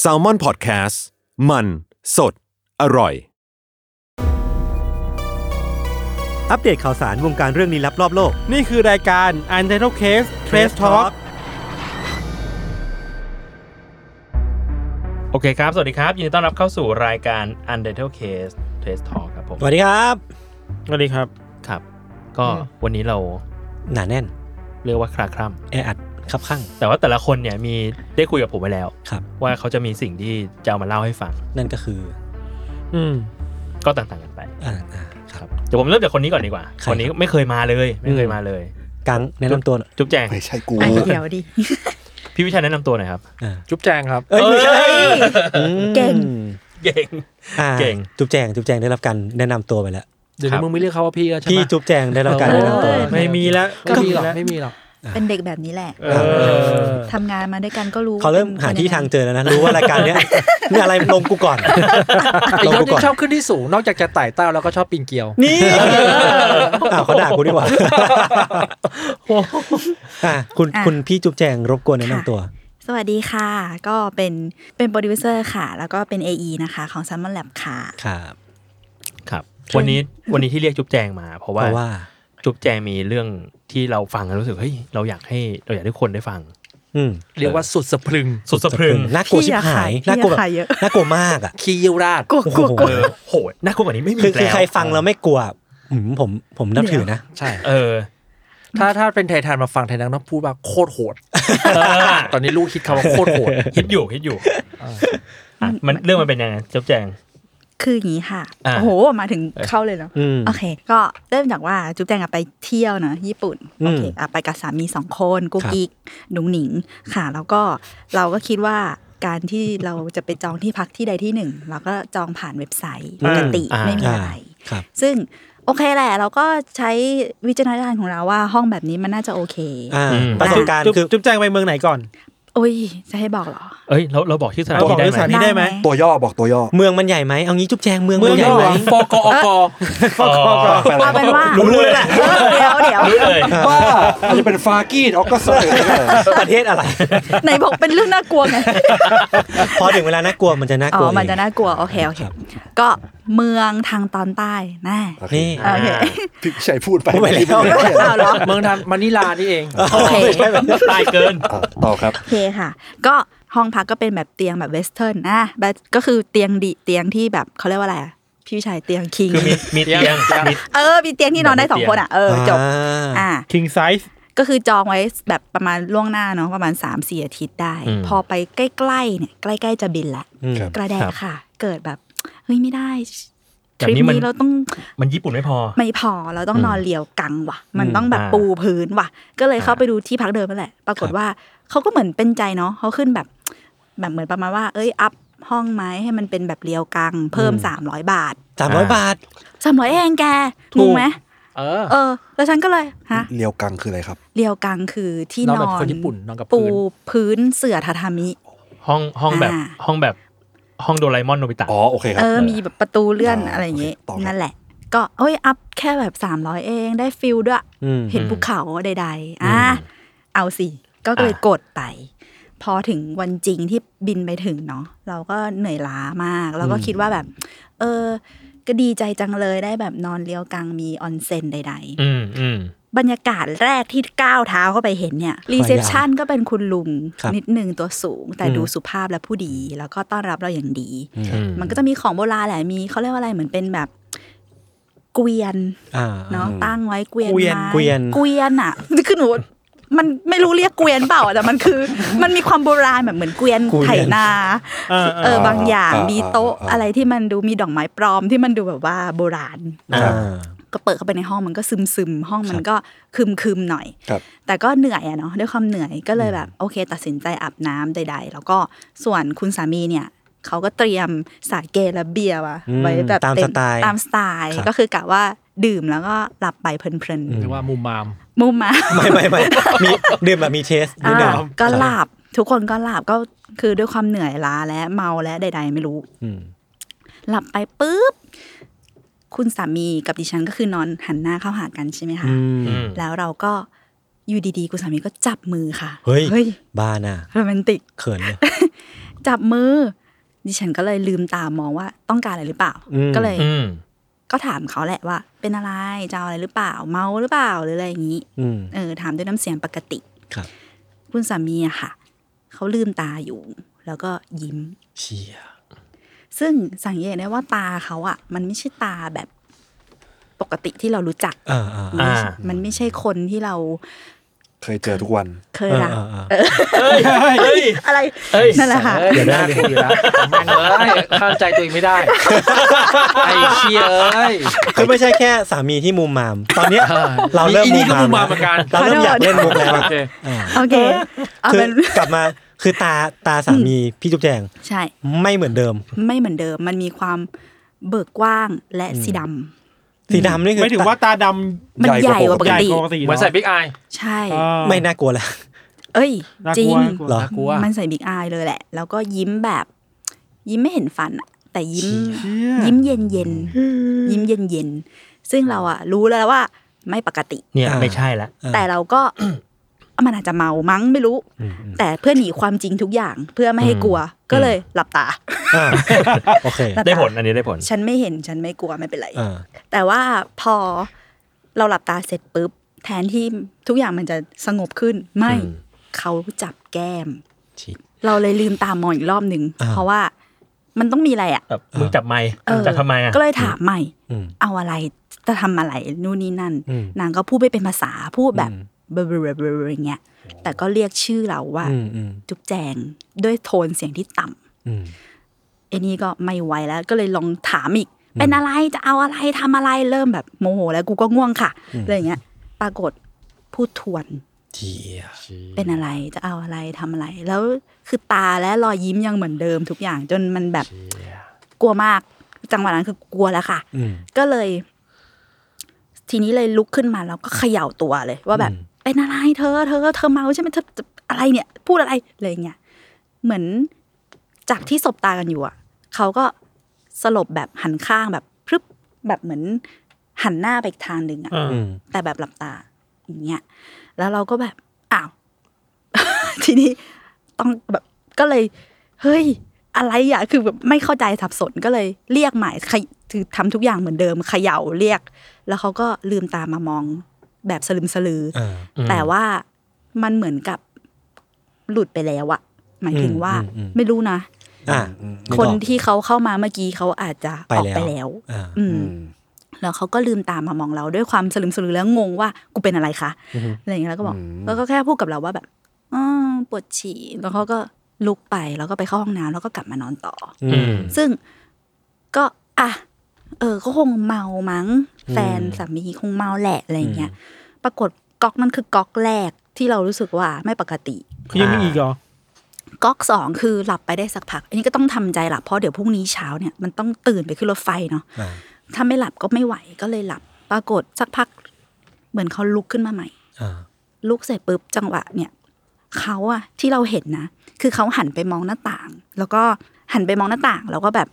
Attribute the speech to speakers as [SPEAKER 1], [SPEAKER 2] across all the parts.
[SPEAKER 1] แซลมอนพอดแคสต์มันสดอร่อย
[SPEAKER 2] อัปเดตข่าวสารวงการเรื่องลี้ลับรอบโลก
[SPEAKER 3] นี่คือรายการ u n t i t l e Case Trace Talk โอเคครับ สวัสดีครับ ยินดีต้อนรับเข้าสู่รายการ u n t i t l e Case Trace Talk ครับผม
[SPEAKER 2] สวัสดีครับ
[SPEAKER 4] สวัสดีครับ
[SPEAKER 3] ครับ ก็วันนี้เรา
[SPEAKER 2] หนาแน่น
[SPEAKER 3] เรียกว่าคลาคร่
[SPEAKER 2] แออัดคับข้าง
[SPEAKER 3] ำแต่ว่าแต่ละคนเนี่ยมีได้คุยกับผมไปแล้ว
[SPEAKER 2] ครับ
[SPEAKER 3] ว่าเขาจะมีสิ่งที่จะเอามาเล่าให้ฟัง
[SPEAKER 2] นั่นก็คือ
[SPEAKER 4] อืม
[SPEAKER 3] ก็ต่างๆกันไป
[SPEAKER 2] อ่าอ่าค
[SPEAKER 3] ครับ รับเดี๋ยวผมเริ่มจากคนนี้ก่อนดีกว่า
[SPEAKER 2] ใครครับ
[SPEAKER 3] คนนี้ไม่เคยมาเลยไม่เคยมาเลย
[SPEAKER 2] กังแนะนำตัวหน่อย
[SPEAKER 3] จุ๊บแจง
[SPEAKER 5] ไม่ใช่กู
[SPEAKER 6] อ่ะเดี๋ยวดิ
[SPEAKER 3] พี่วิชัยแนะนำตัวหน่อยครับ
[SPEAKER 2] อ่า
[SPEAKER 4] จุ๊บแจงครับ
[SPEAKER 2] เอ้ยไม่ใช่
[SPEAKER 6] เก่ง
[SPEAKER 3] เก่ง
[SPEAKER 2] อ่า
[SPEAKER 3] เก่ง
[SPEAKER 2] จุ๊บแจงจุ๊บแจงได้รับการแนะนำตัวไปแล้ว
[SPEAKER 4] เดี๋ยว
[SPEAKER 3] ครับ
[SPEAKER 4] นี้มึงไม่เรียกเขาว่าพี่แล้วใช่ไหม
[SPEAKER 2] พี่จุ๊บแจงได้รับการแนะนำตัว
[SPEAKER 6] โอ้ย
[SPEAKER 4] ไม่มีแล้ว
[SPEAKER 2] ก็
[SPEAKER 4] ไม่มีหรอ
[SPEAKER 2] มี
[SPEAKER 4] ก
[SPEAKER 2] แล้ว
[SPEAKER 4] ไม่มีหรอก
[SPEAKER 6] เป็นเด็กแบบนี้แหละ
[SPEAKER 4] เออ
[SPEAKER 6] ทำงานมาด้วยกันก็รู้
[SPEAKER 2] เขาเริ่มหาที่ทางเจอแล้วนะ รู้ว่ารายการเนี้ยมีอะไรลงกูก่อน
[SPEAKER 4] ไอ้
[SPEAKER 2] ลง
[SPEAKER 4] ยศ
[SPEAKER 2] กูก่
[SPEAKER 4] ยั
[SPEAKER 2] อน
[SPEAKER 4] งชอบขึ้นที่สูง นอกจากจะไต่เต้าแล้วก็ชอบปีนเกลียว
[SPEAKER 2] นี่อ้าวเขาด่ากูดีกว่าอ่าคุณคุณพี่จุ๊บแจงรบกวนแนะนำตัว
[SPEAKER 6] สวัสดีค่ะ ก็เป็นเป็นโปรดิวเซอร์ค่ะ แล้วก็เป็น AE นะคะ ของ s ซ m m o n Lab ค่ะ
[SPEAKER 2] ครับ
[SPEAKER 3] ครับ วันนี้วันนี้ที่เรียกจุ๊บแจงมา เพราะ
[SPEAKER 2] เพ
[SPEAKER 3] ว่า
[SPEAKER 2] ราะว่า
[SPEAKER 3] จุ๊บแจงมีเรื่องที่เราฟังแล้วรู้สึกเฮ้ยเราอยากให้เราอยากให้คนได้ฟัง
[SPEAKER 2] อืม
[SPEAKER 4] เรียกว่าสุดสะพรึง
[SPEAKER 3] สุดสะพรึง
[SPEAKER 2] น่ากลัวชิบหาย
[SPEAKER 6] พี่
[SPEAKER 2] น่า
[SPEAKER 6] อะ
[SPEAKER 2] ก
[SPEAKER 6] ค่ะ
[SPEAKER 2] ลัวแบบ
[SPEAKER 6] พี่อะค่ะเยอะ
[SPEAKER 2] น่ากลัวมากอ่ะ
[SPEAKER 4] ขี้เยี่ยวราด
[SPEAKER 6] กลัวก
[SPEAKER 2] โอ้โห
[SPEAKER 6] ลัวกลัว
[SPEAKER 3] เออโหดน่ากลัวกว่านี้ไม่มี
[SPEAKER 2] คือคือ
[SPEAKER 3] แล้ว
[SPEAKER 2] ใครฟังแล้วไม่กลัวอืมผมผมนับถือนะ
[SPEAKER 4] ใช่
[SPEAKER 3] เออ
[SPEAKER 4] ถ้าถ้าเป็นไททันมาฟังไททันต้องพูดว่าโคตรโหด ตอนนี้ลูกคิดคำว่าโคตรโหด
[SPEAKER 3] ฮิตอยู่ฮิตอยู่อ่ะมันเรื่องมันเป็นยังไงจุ๊บแจง
[SPEAKER 6] คืออย่างนี้ค่ะ
[SPEAKER 3] อ่า
[SPEAKER 6] โอ้โห มาถึงเข้าเลยเนาะ
[SPEAKER 2] อืม
[SPEAKER 6] โอเค ก็เริ่มจากว่าจุ๊บแจงอะไปเที่ยวเนอะญี่ปุ่น
[SPEAKER 2] อืม
[SPEAKER 6] โอเคอะไปกับสามีสองคนกุ๊ก
[SPEAKER 2] ครับ
[SPEAKER 6] กิ๊กหนุ่งหนิงค่ะ แล้วก็เราก็คิดว่าการที่เราจะไปจองที่พักที่ใดที่หนึ่งเราก็จองผ่านเว็บไซต์ปกติ
[SPEAKER 3] อ่า
[SPEAKER 6] ไม่มี
[SPEAKER 2] อ่า
[SPEAKER 6] อะไร
[SPEAKER 2] ครับ
[SPEAKER 6] ซึ่งโอเคแหละ เราก็ใช้วิจารณญาณของเราว่าห้องแบบนี้มันน่าจะโอเค
[SPEAKER 2] อ่า
[SPEAKER 3] อืม
[SPEAKER 2] ประสบการณ์
[SPEAKER 4] จุ๊บ
[SPEAKER 2] คือ
[SPEAKER 4] จุ๊บแจงไปเมืองไหนก่อน
[SPEAKER 6] โอ้ย จะให้บอกเหรอ
[SPEAKER 3] เอ้ยเราเราบอกชื่อสถาน
[SPEAKER 4] เราบ
[SPEAKER 3] ที่
[SPEAKER 4] อก
[SPEAKER 3] ได้
[SPEAKER 4] ชื่อสถาน
[SPEAKER 3] ไหม
[SPEAKER 4] ที่ ได้ไหม
[SPEAKER 5] ตัวย่อบอกตัวย่อ
[SPEAKER 2] เมืองมันใหญ่ไหมเอางี้จุ๊บแจงเมือง
[SPEAKER 4] เมื
[SPEAKER 2] มั
[SPEAKER 4] อง
[SPEAKER 2] นให
[SPEAKER 4] ย่
[SPEAKER 2] ญ่
[SPEAKER 4] อ
[SPEAKER 2] ไหม
[SPEAKER 4] ฟกออก
[SPEAKER 3] อ๋อ
[SPEAKER 6] เอาเป็นว่า
[SPEAKER 2] รู้เลยแหละ
[SPEAKER 6] เออเดี๋ยวเดี๋ยว
[SPEAKER 3] รู้เลย
[SPEAKER 5] ว่ามันจะเป็นฟากีดออกก็เสย
[SPEAKER 2] ประเทศอะไร
[SPEAKER 6] ไหนบอกเป็นเรื่องน่ากลัวไง
[SPEAKER 2] พอถึงเวลาน่ากลัวมันจะน่าก
[SPEAKER 6] อ๋
[SPEAKER 2] ลัว
[SPEAKER 6] อ มันจะ
[SPEAKER 2] เง
[SPEAKER 6] น่ากลัว โอเค โอเค
[SPEAKER 2] ครับ
[SPEAKER 6] ก็เมืองทางตอนใต้แน่
[SPEAKER 2] นี่
[SPEAKER 6] โอเค
[SPEAKER 5] พี่ชัยพูดไป
[SPEAKER 2] พูดไปแล้ว
[SPEAKER 6] เอาเหรอ
[SPEAKER 4] เมืองทันมานิลานี่เอง
[SPEAKER 6] โอเค
[SPEAKER 2] ไม่ใช่แบบ
[SPEAKER 3] ตายเกิน
[SPEAKER 5] อ่ะต่อครับ
[SPEAKER 6] โอเคค่ะ ก็ห้องพักก็เป็นแบบเตียงแบบเวสเทิร์นนะแบบก็คือเตียงดีเตียงที่แบบเขาเรียกว่าอะไรอะพี่ชายเตียงคิง
[SPEAKER 3] คือมีมีเตียงมี
[SPEAKER 6] เออ มีเตียงที่นอนได้สองคนอ่ะ เออ จบ
[SPEAKER 2] อ่า
[SPEAKER 6] อ่า
[SPEAKER 4] king size
[SPEAKER 6] ก็คือจองไว้แบบประมาณล่วงหน้าเนาะประมาณ3ามสี่อาทิตย์ได้
[SPEAKER 3] อืม
[SPEAKER 6] พอไปใกล้ๆเนี่ยใกล้ๆจะบินละ
[SPEAKER 2] อืม
[SPEAKER 5] ครับ
[SPEAKER 6] กระแดกค่ะ เกิดแบบเฮ้ยไม่ได้ท
[SPEAKER 3] แบบ
[SPEAKER 6] ริป
[SPEAKER 3] นี้มัน
[SPEAKER 6] นี้เราต้อง
[SPEAKER 3] มันญี่ปุ่นไม่พอ
[SPEAKER 6] ไม่พอเราต้อง
[SPEAKER 3] อืม
[SPEAKER 6] นอนเรียวกังว่ะ มันต้องแบบ
[SPEAKER 3] อ่า
[SPEAKER 6] ปูพื้นว่ะ ก็เลยเข้า
[SPEAKER 3] อ่า
[SPEAKER 6] ไปดูที่พักเดิมนั่นแหละ ปรากฏว่าเขาก็เหมือนเป็นใจเนาะเขาขึ้นแบบแบบเหมือนประมาณว่า เอ้ยอัพห้องไหมให้มันเป็นแบบเรียวกัง เพิ่ม 300 บาท
[SPEAKER 2] สามร้อยบาท
[SPEAKER 6] สามร้อยเองแกงงไหม
[SPEAKER 4] เออ
[SPEAKER 6] เออ แล้วฉันก็เลยฮะ
[SPEAKER 5] เลียวกังคืออะไรครับ
[SPEAKER 6] เรียวกังคือที่
[SPEAKER 4] นอน
[SPEAKER 6] น
[SPEAKER 4] แบบ
[SPEAKER 6] อน
[SPEAKER 4] คนญี่ปุ่นนอนกับ
[SPEAKER 6] ปู
[SPEAKER 4] พื้น
[SPEAKER 6] พื้นเสื่อทาทามิ
[SPEAKER 3] ห้องห้องแบบ
[SPEAKER 6] อ่า
[SPEAKER 3] ห้องแบบห้องโดราเอมอนโนบิตะ
[SPEAKER 5] อ๋อ โอเคครั
[SPEAKER 6] เอบ อ มีแบบประตูเลื่อน
[SPEAKER 5] อ่า
[SPEAKER 6] อะไรอย่างเงี้ย
[SPEAKER 5] โอเคต่อครับ
[SPEAKER 6] นั่นแหละ ก็เอ้ย อัพแค่แบบ 300 เองได้ฟิลด้วย
[SPEAKER 2] อืม
[SPEAKER 6] เห็นภูเขาใดๆ อ่ะเอาสิ ก็เลย
[SPEAKER 3] อ่ะ
[SPEAKER 6] กดไป พอถึงวันจริงที่บินไปถึงเนาะเราก็เหนื่อยล้ามาก เราก็คิดว่าแบบ เออ ก็ดีใจจังเลยได้แบบนอนเลียวกังมีออนเซ็นใด
[SPEAKER 3] อืมอืม
[SPEAKER 6] ๆ บรรยากาศแรกที่ก้าวเท้าเข้าไปเห็นเนี่ยรีเซพชันก็เป็นคุณลุง
[SPEAKER 2] ครับ
[SPEAKER 6] นิดหนึ่งตัวสูง แต่ดูสุภาพและผู้ดี แล้วก็ต้อนรับเราอย่างดี มันก็จะมีของโบราณแหละมีเขาเรียกว่าอะไรเหมือนเป็นแบบเกวียน
[SPEAKER 2] อ่า
[SPEAKER 6] เนาะตั้งไว้เกวียน
[SPEAKER 2] เกวียน
[SPEAKER 6] ไม้
[SPEAKER 2] เกวียน
[SPEAKER 6] เกวียนอ่ะคือหนูมันไม่รู้เรียกเกวียนเปล่าอะแต่มันคือ มันมีความโบราณแบบเหมือนเกวียนไถนาเออบางอย่าง
[SPEAKER 5] อ่า
[SPEAKER 6] มีโต๊ะ
[SPEAKER 5] อ่า
[SPEAKER 6] อะไรที่มันดูมีดอกไม้ปลอมที่มันดูแบบว่าโบราณ
[SPEAKER 2] อ่า
[SPEAKER 6] ก็เปิดเข้าไปในห้องมันก็ซึมซึมๆห้องมันก็คึมคึมๆหน่อย
[SPEAKER 5] ครับ
[SPEAKER 6] แต่ก็เหนื่อยอะเนาะด้วยความเหนื่อยก็เลยแบบโอเค ตัดสินใจอาบน้ำใด ๆ แล้วก็ส่วนคุณสามีเนี่ยเขาก็เตรียมสาเกและเบียร์มา
[SPEAKER 2] อืม
[SPEAKER 6] ไว้แบบ
[SPEAKER 2] ตาม
[SPEAKER 6] เ
[SPEAKER 2] สไตล์
[SPEAKER 6] ตามสไตล์
[SPEAKER 2] ครับ
[SPEAKER 6] ก็คือกะว่าดื่มแล้วก็หลับไปเพลิน
[SPEAKER 4] หรือว่ามุมมาม
[SPEAKER 6] ๆมุมมา
[SPEAKER 2] ไม่ไม่ไม่มีดื่มแบบมีเทสนิดหน่อย
[SPEAKER 6] อ่าก็หลับทุกคนก็หลับก็คือด้วยความเหนื่อยล้าและเมาและใด ๆ ไม่รู้
[SPEAKER 2] อืม
[SPEAKER 6] หลับไปปุ๊บคุณสามีกับดิฉันก็คือนอนหันหน้าเข้าหากันใช่ไหมคะ
[SPEAKER 3] อืม
[SPEAKER 6] แล้วเราก็อยู่ดีๆ คุณสามีก็จับมือค่ะ
[SPEAKER 2] เฮ้ย บ้าน่ะ
[SPEAKER 6] โรแมนติก
[SPEAKER 2] เขินเนี่ย
[SPEAKER 6] จับมือ ดิฉันก็เลยลืมตามองว่าต้องการอะไรหรือเปล่า
[SPEAKER 2] อืม
[SPEAKER 6] ก็เลย
[SPEAKER 3] อืม
[SPEAKER 6] ก็ถามเขาแหละว่า เป็นอะไรจะเอาอะไรหรือเปล่า เมาหรือเปล่าหรืออะไรอย่างนี้
[SPEAKER 2] อืม
[SPEAKER 6] เออถามด้วยน้ำเสียงปกติ
[SPEAKER 2] ครับ
[SPEAKER 6] คุณสามีอะค่ะ เขาลืมตาอยู่ แล้วก็ยิ้ม
[SPEAKER 2] เชีย
[SPEAKER 6] ซึ่งสังเกตได้ว่าตาเขาอะมันไม่ใช่ตาแบบปกติที่เรารู้จัก
[SPEAKER 2] อ่าอ่า
[SPEAKER 3] อ่า
[SPEAKER 6] มันไม่ใช่คนที่เรา
[SPEAKER 5] เคยเจอทุกวัน
[SPEAKER 6] เคยรัก
[SPEAKER 2] เออเออ
[SPEAKER 6] เอออะไรนั่นแหละค่ะ
[SPEAKER 4] เดี๋ยวได้เลยดีละแม่งเอ้ยข้ามใจตัวเองไม่ได้ ไอ้เชียเอ้ย
[SPEAKER 2] คือไม่ใช่แค่สามีที่มุมมาม ตอนเนี้ยเราเริ่ม
[SPEAKER 4] อีนี่ก็มุมมาม
[SPEAKER 2] แล้ว
[SPEAKER 4] เหมือนกัน
[SPEAKER 2] เราเริ่มอยากเล่นมุกแล้ว
[SPEAKER 4] โอ
[SPEAKER 2] อะ
[SPEAKER 4] เค
[SPEAKER 6] โอเคเอา
[SPEAKER 2] คือ
[SPEAKER 6] เป็น
[SPEAKER 2] กลับมาคือตาตาสามีพี่จุ๊บแจง
[SPEAKER 6] ใช่
[SPEAKER 2] ไม่เหมือนเดิม
[SPEAKER 6] ไม่เหมือนเดิม มันมีความเบิกกว้างและสีดำ
[SPEAKER 2] สีดำนี่คือ
[SPEAKER 7] ไม่ถึงว่าตาดำ
[SPEAKER 6] มันใหญ่กว่าป
[SPEAKER 7] ให
[SPEAKER 6] ก
[SPEAKER 7] ญ่
[SPEAKER 6] ติ
[SPEAKER 7] กว่าปกติ
[SPEAKER 4] เหมือนใส่บิ๊กไอ
[SPEAKER 6] ใช่
[SPEAKER 7] อ่า
[SPEAKER 2] ไม่น่ากลัวแล้ว
[SPEAKER 6] เอ้ย
[SPEAKER 7] น่าก
[SPEAKER 6] จริ
[SPEAKER 7] ลัว
[SPEAKER 6] ง
[SPEAKER 7] น่ากลัว
[SPEAKER 2] เหรอ
[SPEAKER 4] น่ากลัว
[SPEAKER 6] มันใส่บิ๊กอายเลยแหละ แล้วก็ยิ้มแบบ ยิ้มไม่เห็นฟันอะแต่ยิ้ม
[SPEAKER 7] ย
[SPEAKER 6] ยิ้มเย็นเย็นๆยิ้มเย็นเย็นๆซึ่งเราอะรู้แล้วว่าไม่ปกติ
[SPEAKER 3] เนี่ย
[SPEAKER 2] อ่า
[SPEAKER 3] ไม่ใช่ละ
[SPEAKER 6] แต่เราก็ มันอาจจะเมามั้งไม่รู้ แต่เพื่อหนีความจริงทุกอย่างเพื่อไม่ให้กลัว ก็เลยหลับตา
[SPEAKER 2] อ่าโอเค
[SPEAKER 6] หลับตา
[SPEAKER 3] ได้ผลอันนี้ได้ผล
[SPEAKER 6] ฉันไม่เห็นฉันไม่กลัวไม่เป็นไร
[SPEAKER 2] อ่า
[SPEAKER 6] แต่ว่าพอเราหลับตาเสร็จปุ๊บ แทนที่ทุกอย่างมันจะสงบขึ้น ไม่
[SPEAKER 3] อืม
[SPEAKER 6] เขาจับแก้ม
[SPEAKER 2] ชิบ
[SPEAKER 6] เราเลยลืมตามองอีกรอบหนึ่ง
[SPEAKER 2] อ่า
[SPEAKER 6] เพราะว่ามันต้องมีอะไรอ่ะ
[SPEAKER 3] แบบมึงจับไม้
[SPEAKER 6] เออ
[SPEAKER 3] จับทำไมอ่ะ
[SPEAKER 6] ก็เลยถามใหม่
[SPEAKER 2] อืม
[SPEAKER 6] เอาอะไรจะทำอะไรนู่นนี่นั่น
[SPEAKER 2] อืม
[SPEAKER 6] นางก็พูดไม่เป็นภาษาพูดแบบ
[SPEAKER 2] อืม
[SPEAKER 6] เบลอๆๆๆอย่างเงี้ยแต่ก็เรียกชื่อเราว่า
[SPEAKER 2] อืมอืม
[SPEAKER 6] จุ๊บแจงด้วยโทนเสียงที่ต่ำ
[SPEAKER 2] อืม
[SPEAKER 6] ไอ้นี่ก็ไม่ไหวแล้วก็เลยลองถามอีก เป็นอะไรจะเอาอะไรทำอะไรเริ่มแบบโมโหแล้วกูก็ง่วงค่ะอะไรอย่างเงี้ย ปรากฏพูดทวน
[SPEAKER 2] เจีย
[SPEAKER 6] เป็นอะไรจะเอาอะไรทำอะไร แล้วคือตาและรอยยิ้มยังเหมือนเดิมทุกอย่างจนมันแบบกลัวมาก จังหวะนั้นคือกลัวแล้วค่ะ
[SPEAKER 2] อืม
[SPEAKER 6] ก็เลย ทีนี้เลยลุกขึ้นมาแล้วก็เขย่าตัวเลย ว่าแบบ
[SPEAKER 2] อืม
[SPEAKER 6] เป็นอะไรเธอ เธอเธอเมาใช่ไหมเธออะไรเนี่ย พูดอะไรอะไรอย่างเงี้ยเหมือนจากที่สบตากันอยู่อ่ะเขาก็สลบแบบหันข้างแบบพรึบแบบเหมือนหันหน้าไปอีกทางหนึ่งอ่ะ
[SPEAKER 2] อืม
[SPEAKER 6] แต่แบบหลับตาอย่างเงี้ยแล้วเราก็แบบอ้าว ทีนี้ต้องแบบก็เลย เฮ้ย อะไรอ่ะคือแบบไม่เข้าใจสับสนก็เลยเรียกใหม่ขยคือทำทุกอย่างเหมือนเดิมเขย่าเรียก แล้วเขาก็ลืมตามามองแบบสลึมสลืออ
[SPEAKER 2] อ่า
[SPEAKER 6] แต่ว่ามันเหมือนกับหลุดไปแล้วอะหมายถึงว่า
[SPEAKER 2] อืมอืมอืม
[SPEAKER 6] ไม่รู้นะ
[SPEAKER 2] อ่า
[SPEAKER 6] คนที่เขาเข้ามาเมื่อกี้เขาอาจจะออกไปแล้ว
[SPEAKER 2] อ่า
[SPEAKER 6] อืม แล้วเขาก็ลืมตามมามองเราด้วยความสลึมสลือแล้วงงว่ากูเป็นอะไรคะอะไรอย่างเงี้ยแล้วก็บอกแล้วก็แค่พูดกับเราว่าแบบออปวดฉี่แล้วเขาก็ลุกไปแล้วก็ไปเข้าห้องน้ำแล้วก็กลับมานอนต่อ
[SPEAKER 2] อืม
[SPEAKER 6] ซึ่งก็อ่ะเออก็คงเมามั้ง แฟนสามีคงเมาแหละอะไรอย่างเงี้ยปรากฏก๊อกนั้นคือก๊อกแรกที่เรารู้สึกว่าไม่ปกติ
[SPEAKER 7] คือยังมีอีกเหรอ
[SPEAKER 6] ก๊อกสองคือหลับไปได้สักพัก อันนี้ก็ต้องทำใจหลับเพราะเดี๋ยวพรุ่งนี้เช้าเนี่ยมันต้องตื่นไปขึ้นรถไฟเนาะ
[SPEAKER 2] อ่า
[SPEAKER 6] ถ้าไม่หลับก็ไม่ไหวก็เลยหลับ ปรากฏสักพัก เหมือนเขาลุกขึ้นมาใหม่
[SPEAKER 2] อ่า
[SPEAKER 6] ลุกเสร็จปุ๊บจังหวะเนี่ยเขาอะที่เราเห็นนะ คือเขาหันไปมองหน้าต่าง แล้วก็หันไปมองหน้าต่าง แล้วก็แบบ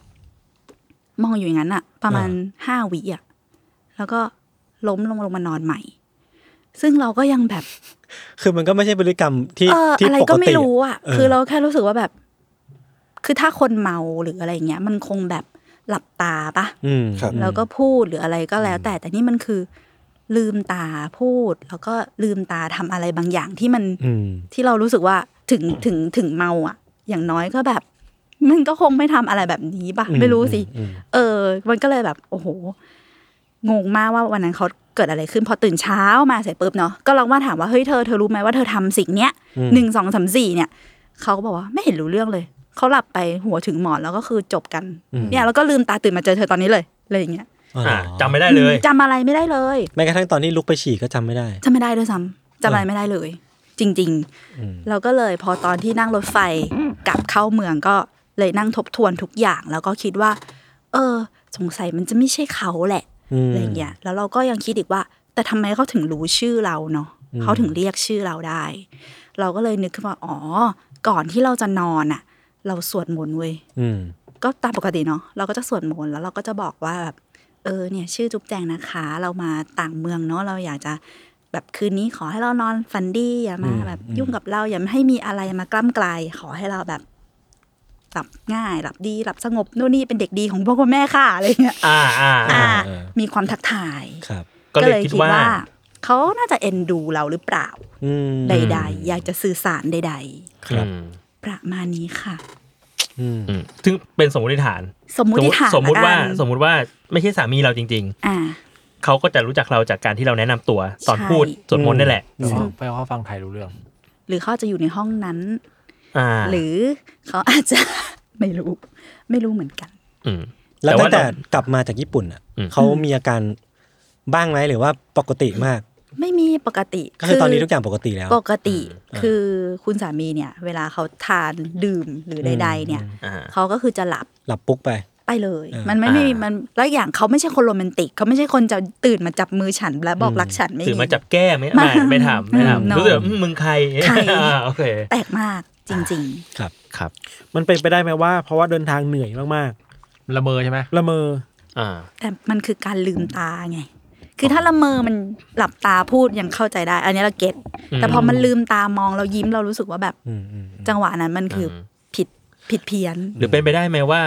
[SPEAKER 6] มองอยู่อย่างนั้นอะประมาณห้าวิอะแล้วก็ล้มลงลงมานอนใหม่ ซึ่งเราก็ยังแบบ
[SPEAKER 2] คือมันก็ไม่ใช่พฤติกรรมที่
[SPEAKER 6] เออ
[SPEAKER 2] ที่
[SPEAKER 6] อะไร
[SPEAKER 2] ปก
[SPEAKER 6] ก็ไม่
[SPEAKER 2] ติ
[SPEAKER 6] รู้อ่ะ
[SPEAKER 2] เออ
[SPEAKER 6] คือเราแค่รู้สึกว่าแบบ คือถ้าคนเมาหรืออะไรเงี้ย มันคงแบบหลับตาปะ
[SPEAKER 2] อืม
[SPEAKER 5] ครับ
[SPEAKER 6] แล้วก็พูดหรืออะไรก็แล้ว แต่แต่นี่มันคือ ลืมตาพูด แล้วก็ลืมตาทำอะไรบางอย่างที่มัน
[SPEAKER 2] อืม
[SPEAKER 6] ที่เรารู้สึกว่าถึงถึงถึงเมาอ่ะ อย่างน้อยก็แบบ มันก็คงไม่ทำอะไรแบบนี้ป่ะ
[SPEAKER 2] อืม
[SPEAKER 6] ไม่รู้สิ
[SPEAKER 2] อืมอืม
[SPEAKER 6] เออ มันก็เลยแบบ โอ้โห งงมากว่าวันนั้นเขาเกิดอะไรขึ้น พอตื่นเช้ามาเสร็จปุ๊บเนาะก็ลองว่าถามว่าเฮ้ยเธอเธอรู้ไหมว่าเธอทำสิ่งเนี้ยหนึ่งสองสามสี่เนี่ยเขาก็บอกว่าไม่เห็นรู้เรื่องเลยเขาหลับไปหัวถึงหมอนแล้วก็คือจบกันเนี่ยแล้วก็ลืมตาตื่นมาเจอเธอตอนนี้เลยอะไรอย่างเงี้ย
[SPEAKER 3] อ่ะจำไม่ได้เลย
[SPEAKER 6] จำอะไรไม่ได้เลย
[SPEAKER 2] แม้กระทั่งตอนที่ลุกไปฉี่ก็จำไม่ได้
[SPEAKER 6] จำไม่ได้ด้วยซ้ำจำอะไรไม่ได้เลย จริงๆเราก็เลยพอตอนที่นั่งรถไฟกลับเข้าเมืองก็เลยนั่งทบทวนทุกอย่าง แล้วก็คิดว่า เออ สงสัยมันจะไม่ใช่เขาแหละ
[SPEAKER 2] อืม
[SPEAKER 6] อะไรอย่างเงี้ยแล้วเราก็ยังคิดอีกว่า แต่ทำไมเขาถึงรู้ชื่อเราเนาะเขาถึงเรียกชื่อเราได้ เราก็เลยนึกขึ้นว่าอ๋อ ก่อนที่เราจะนอนอ่ะ เราสวดมนต์เว้ย
[SPEAKER 2] อืม
[SPEAKER 6] ก็ตามปกติเนาะเราก็จะสวดมนต์แล้วเราก็จะบอกว่าแบบเออเนี่ยชื่อจุ๊บแจงนะคะ เรามาต่างเมืองเนาะเราอยากจะแบบคืนนี้ขอให้เรานอนฝันดีอย่ามาแบบยุ่งกับเราอย่าให้มีอะไรมากล้ำกลายขอให้เราแบบหลับง่ายหลับดีหลับสงบนู่นนี่เป็นเด็กดีของพ่อคุณแม่ค่ะอะไรเงี้ย
[SPEAKER 3] อ่าอ่า
[SPEAKER 6] อ่า
[SPEAKER 2] เออ
[SPEAKER 6] มีความทักทาย
[SPEAKER 2] ครับ
[SPEAKER 3] ก็เลยคิดว่า
[SPEAKER 6] เขาน่าจะเอ็นดูเราหรือเปล่า
[SPEAKER 2] อืม
[SPEAKER 6] ใด ๆ อยากจะสื่อสารใด
[SPEAKER 2] ครับ
[SPEAKER 3] อืม
[SPEAKER 6] ๆ ประมาณนี้ค่ะ
[SPEAKER 2] อืม
[SPEAKER 3] อืมซึ่งเป็นสมมติฐาน
[SPEAKER 6] สมมุติฐาน
[SPEAKER 3] สมมติ
[SPEAKER 6] ละ
[SPEAKER 3] ว่า
[SPEAKER 6] กัน
[SPEAKER 3] สมมุติว่าไม่ใช่สามีเราจริง
[SPEAKER 6] อ่า
[SPEAKER 3] ๆ เขาก็จะรู้จักเราจากการที่เราแนะนำตัวตอน
[SPEAKER 6] ใช่
[SPEAKER 3] พูดสวดมนต์นี่แหละ
[SPEAKER 4] อ๋อไปว่าฟังไทยรู้เรื่อง
[SPEAKER 6] หรือเขาจะอยู่ในห้องนั้น
[SPEAKER 3] อ่า
[SPEAKER 6] หรือเขาอาจจะ ไม่รู้ ไม่รู้เหมือนกัน
[SPEAKER 3] ม
[SPEAKER 2] แล้วตั้งแต่
[SPEAKER 3] แต่ว่า
[SPEAKER 2] กลับมาจากญี่ปุ่นอ่ะเขามีอาการบ้างไหมหรือว่าปกติมาก
[SPEAKER 6] ไม่มีปกติ
[SPEAKER 2] ก็คือตอนนี้ทุกอย่างปกติแล้ว
[SPEAKER 6] ปกติคือคุณสามีเนี่ย เวลาเขาทานดื่มหรือใด ๆ เนี่ย
[SPEAKER 3] อ่า
[SPEAKER 6] เขาก็คือจะหลับ
[SPEAKER 2] หลับปุ๊กไป
[SPEAKER 6] ไปเลย
[SPEAKER 2] อ่ามั
[SPEAKER 6] มันไม่มี
[SPEAKER 3] อ่ามั
[SPEAKER 6] มันแล้วอย่างเขาไม่ใช่คนโรแมนติกเขาไม่ใช่คนจะตื่นมาจับมือฉัน และบอกรักฉันไม่
[SPEAKER 3] ถือมา
[SPEAKER 6] มี
[SPEAKER 3] จับแก้ไหมไม่ไม่ทำไม่
[SPEAKER 6] อืม
[SPEAKER 3] ทำรู้สึกว่าอืมมึงใคร
[SPEAKER 6] ใคร
[SPEAKER 3] อ่าโอเค
[SPEAKER 6] แปลกมากจริง
[SPEAKER 2] ครับ
[SPEAKER 3] ครับ
[SPEAKER 7] มันเป็นไปได้ไหมว่า เพราะว่าเดินทางเหนื่อยมาก
[SPEAKER 4] ละเมอใช่ไหม
[SPEAKER 7] ๆละเมอ
[SPEAKER 3] อ่า
[SPEAKER 6] ๆ แต่มันคือการลืมตาไง คือถ้าละเมอมันหลับตาพูดยังเข้าใจได้ อันนี้เราเก็ตแต่พอมันลืมตามองเรายิ้มเรารู้สึกว่าแบบ
[SPEAKER 2] อืมอืม
[SPEAKER 6] จังหวะนั้นมันคืออ
[SPEAKER 3] ม
[SPEAKER 6] ผิดผิดเพี้ยน
[SPEAKER 3] หรือเป็นไปได้ไหมว่า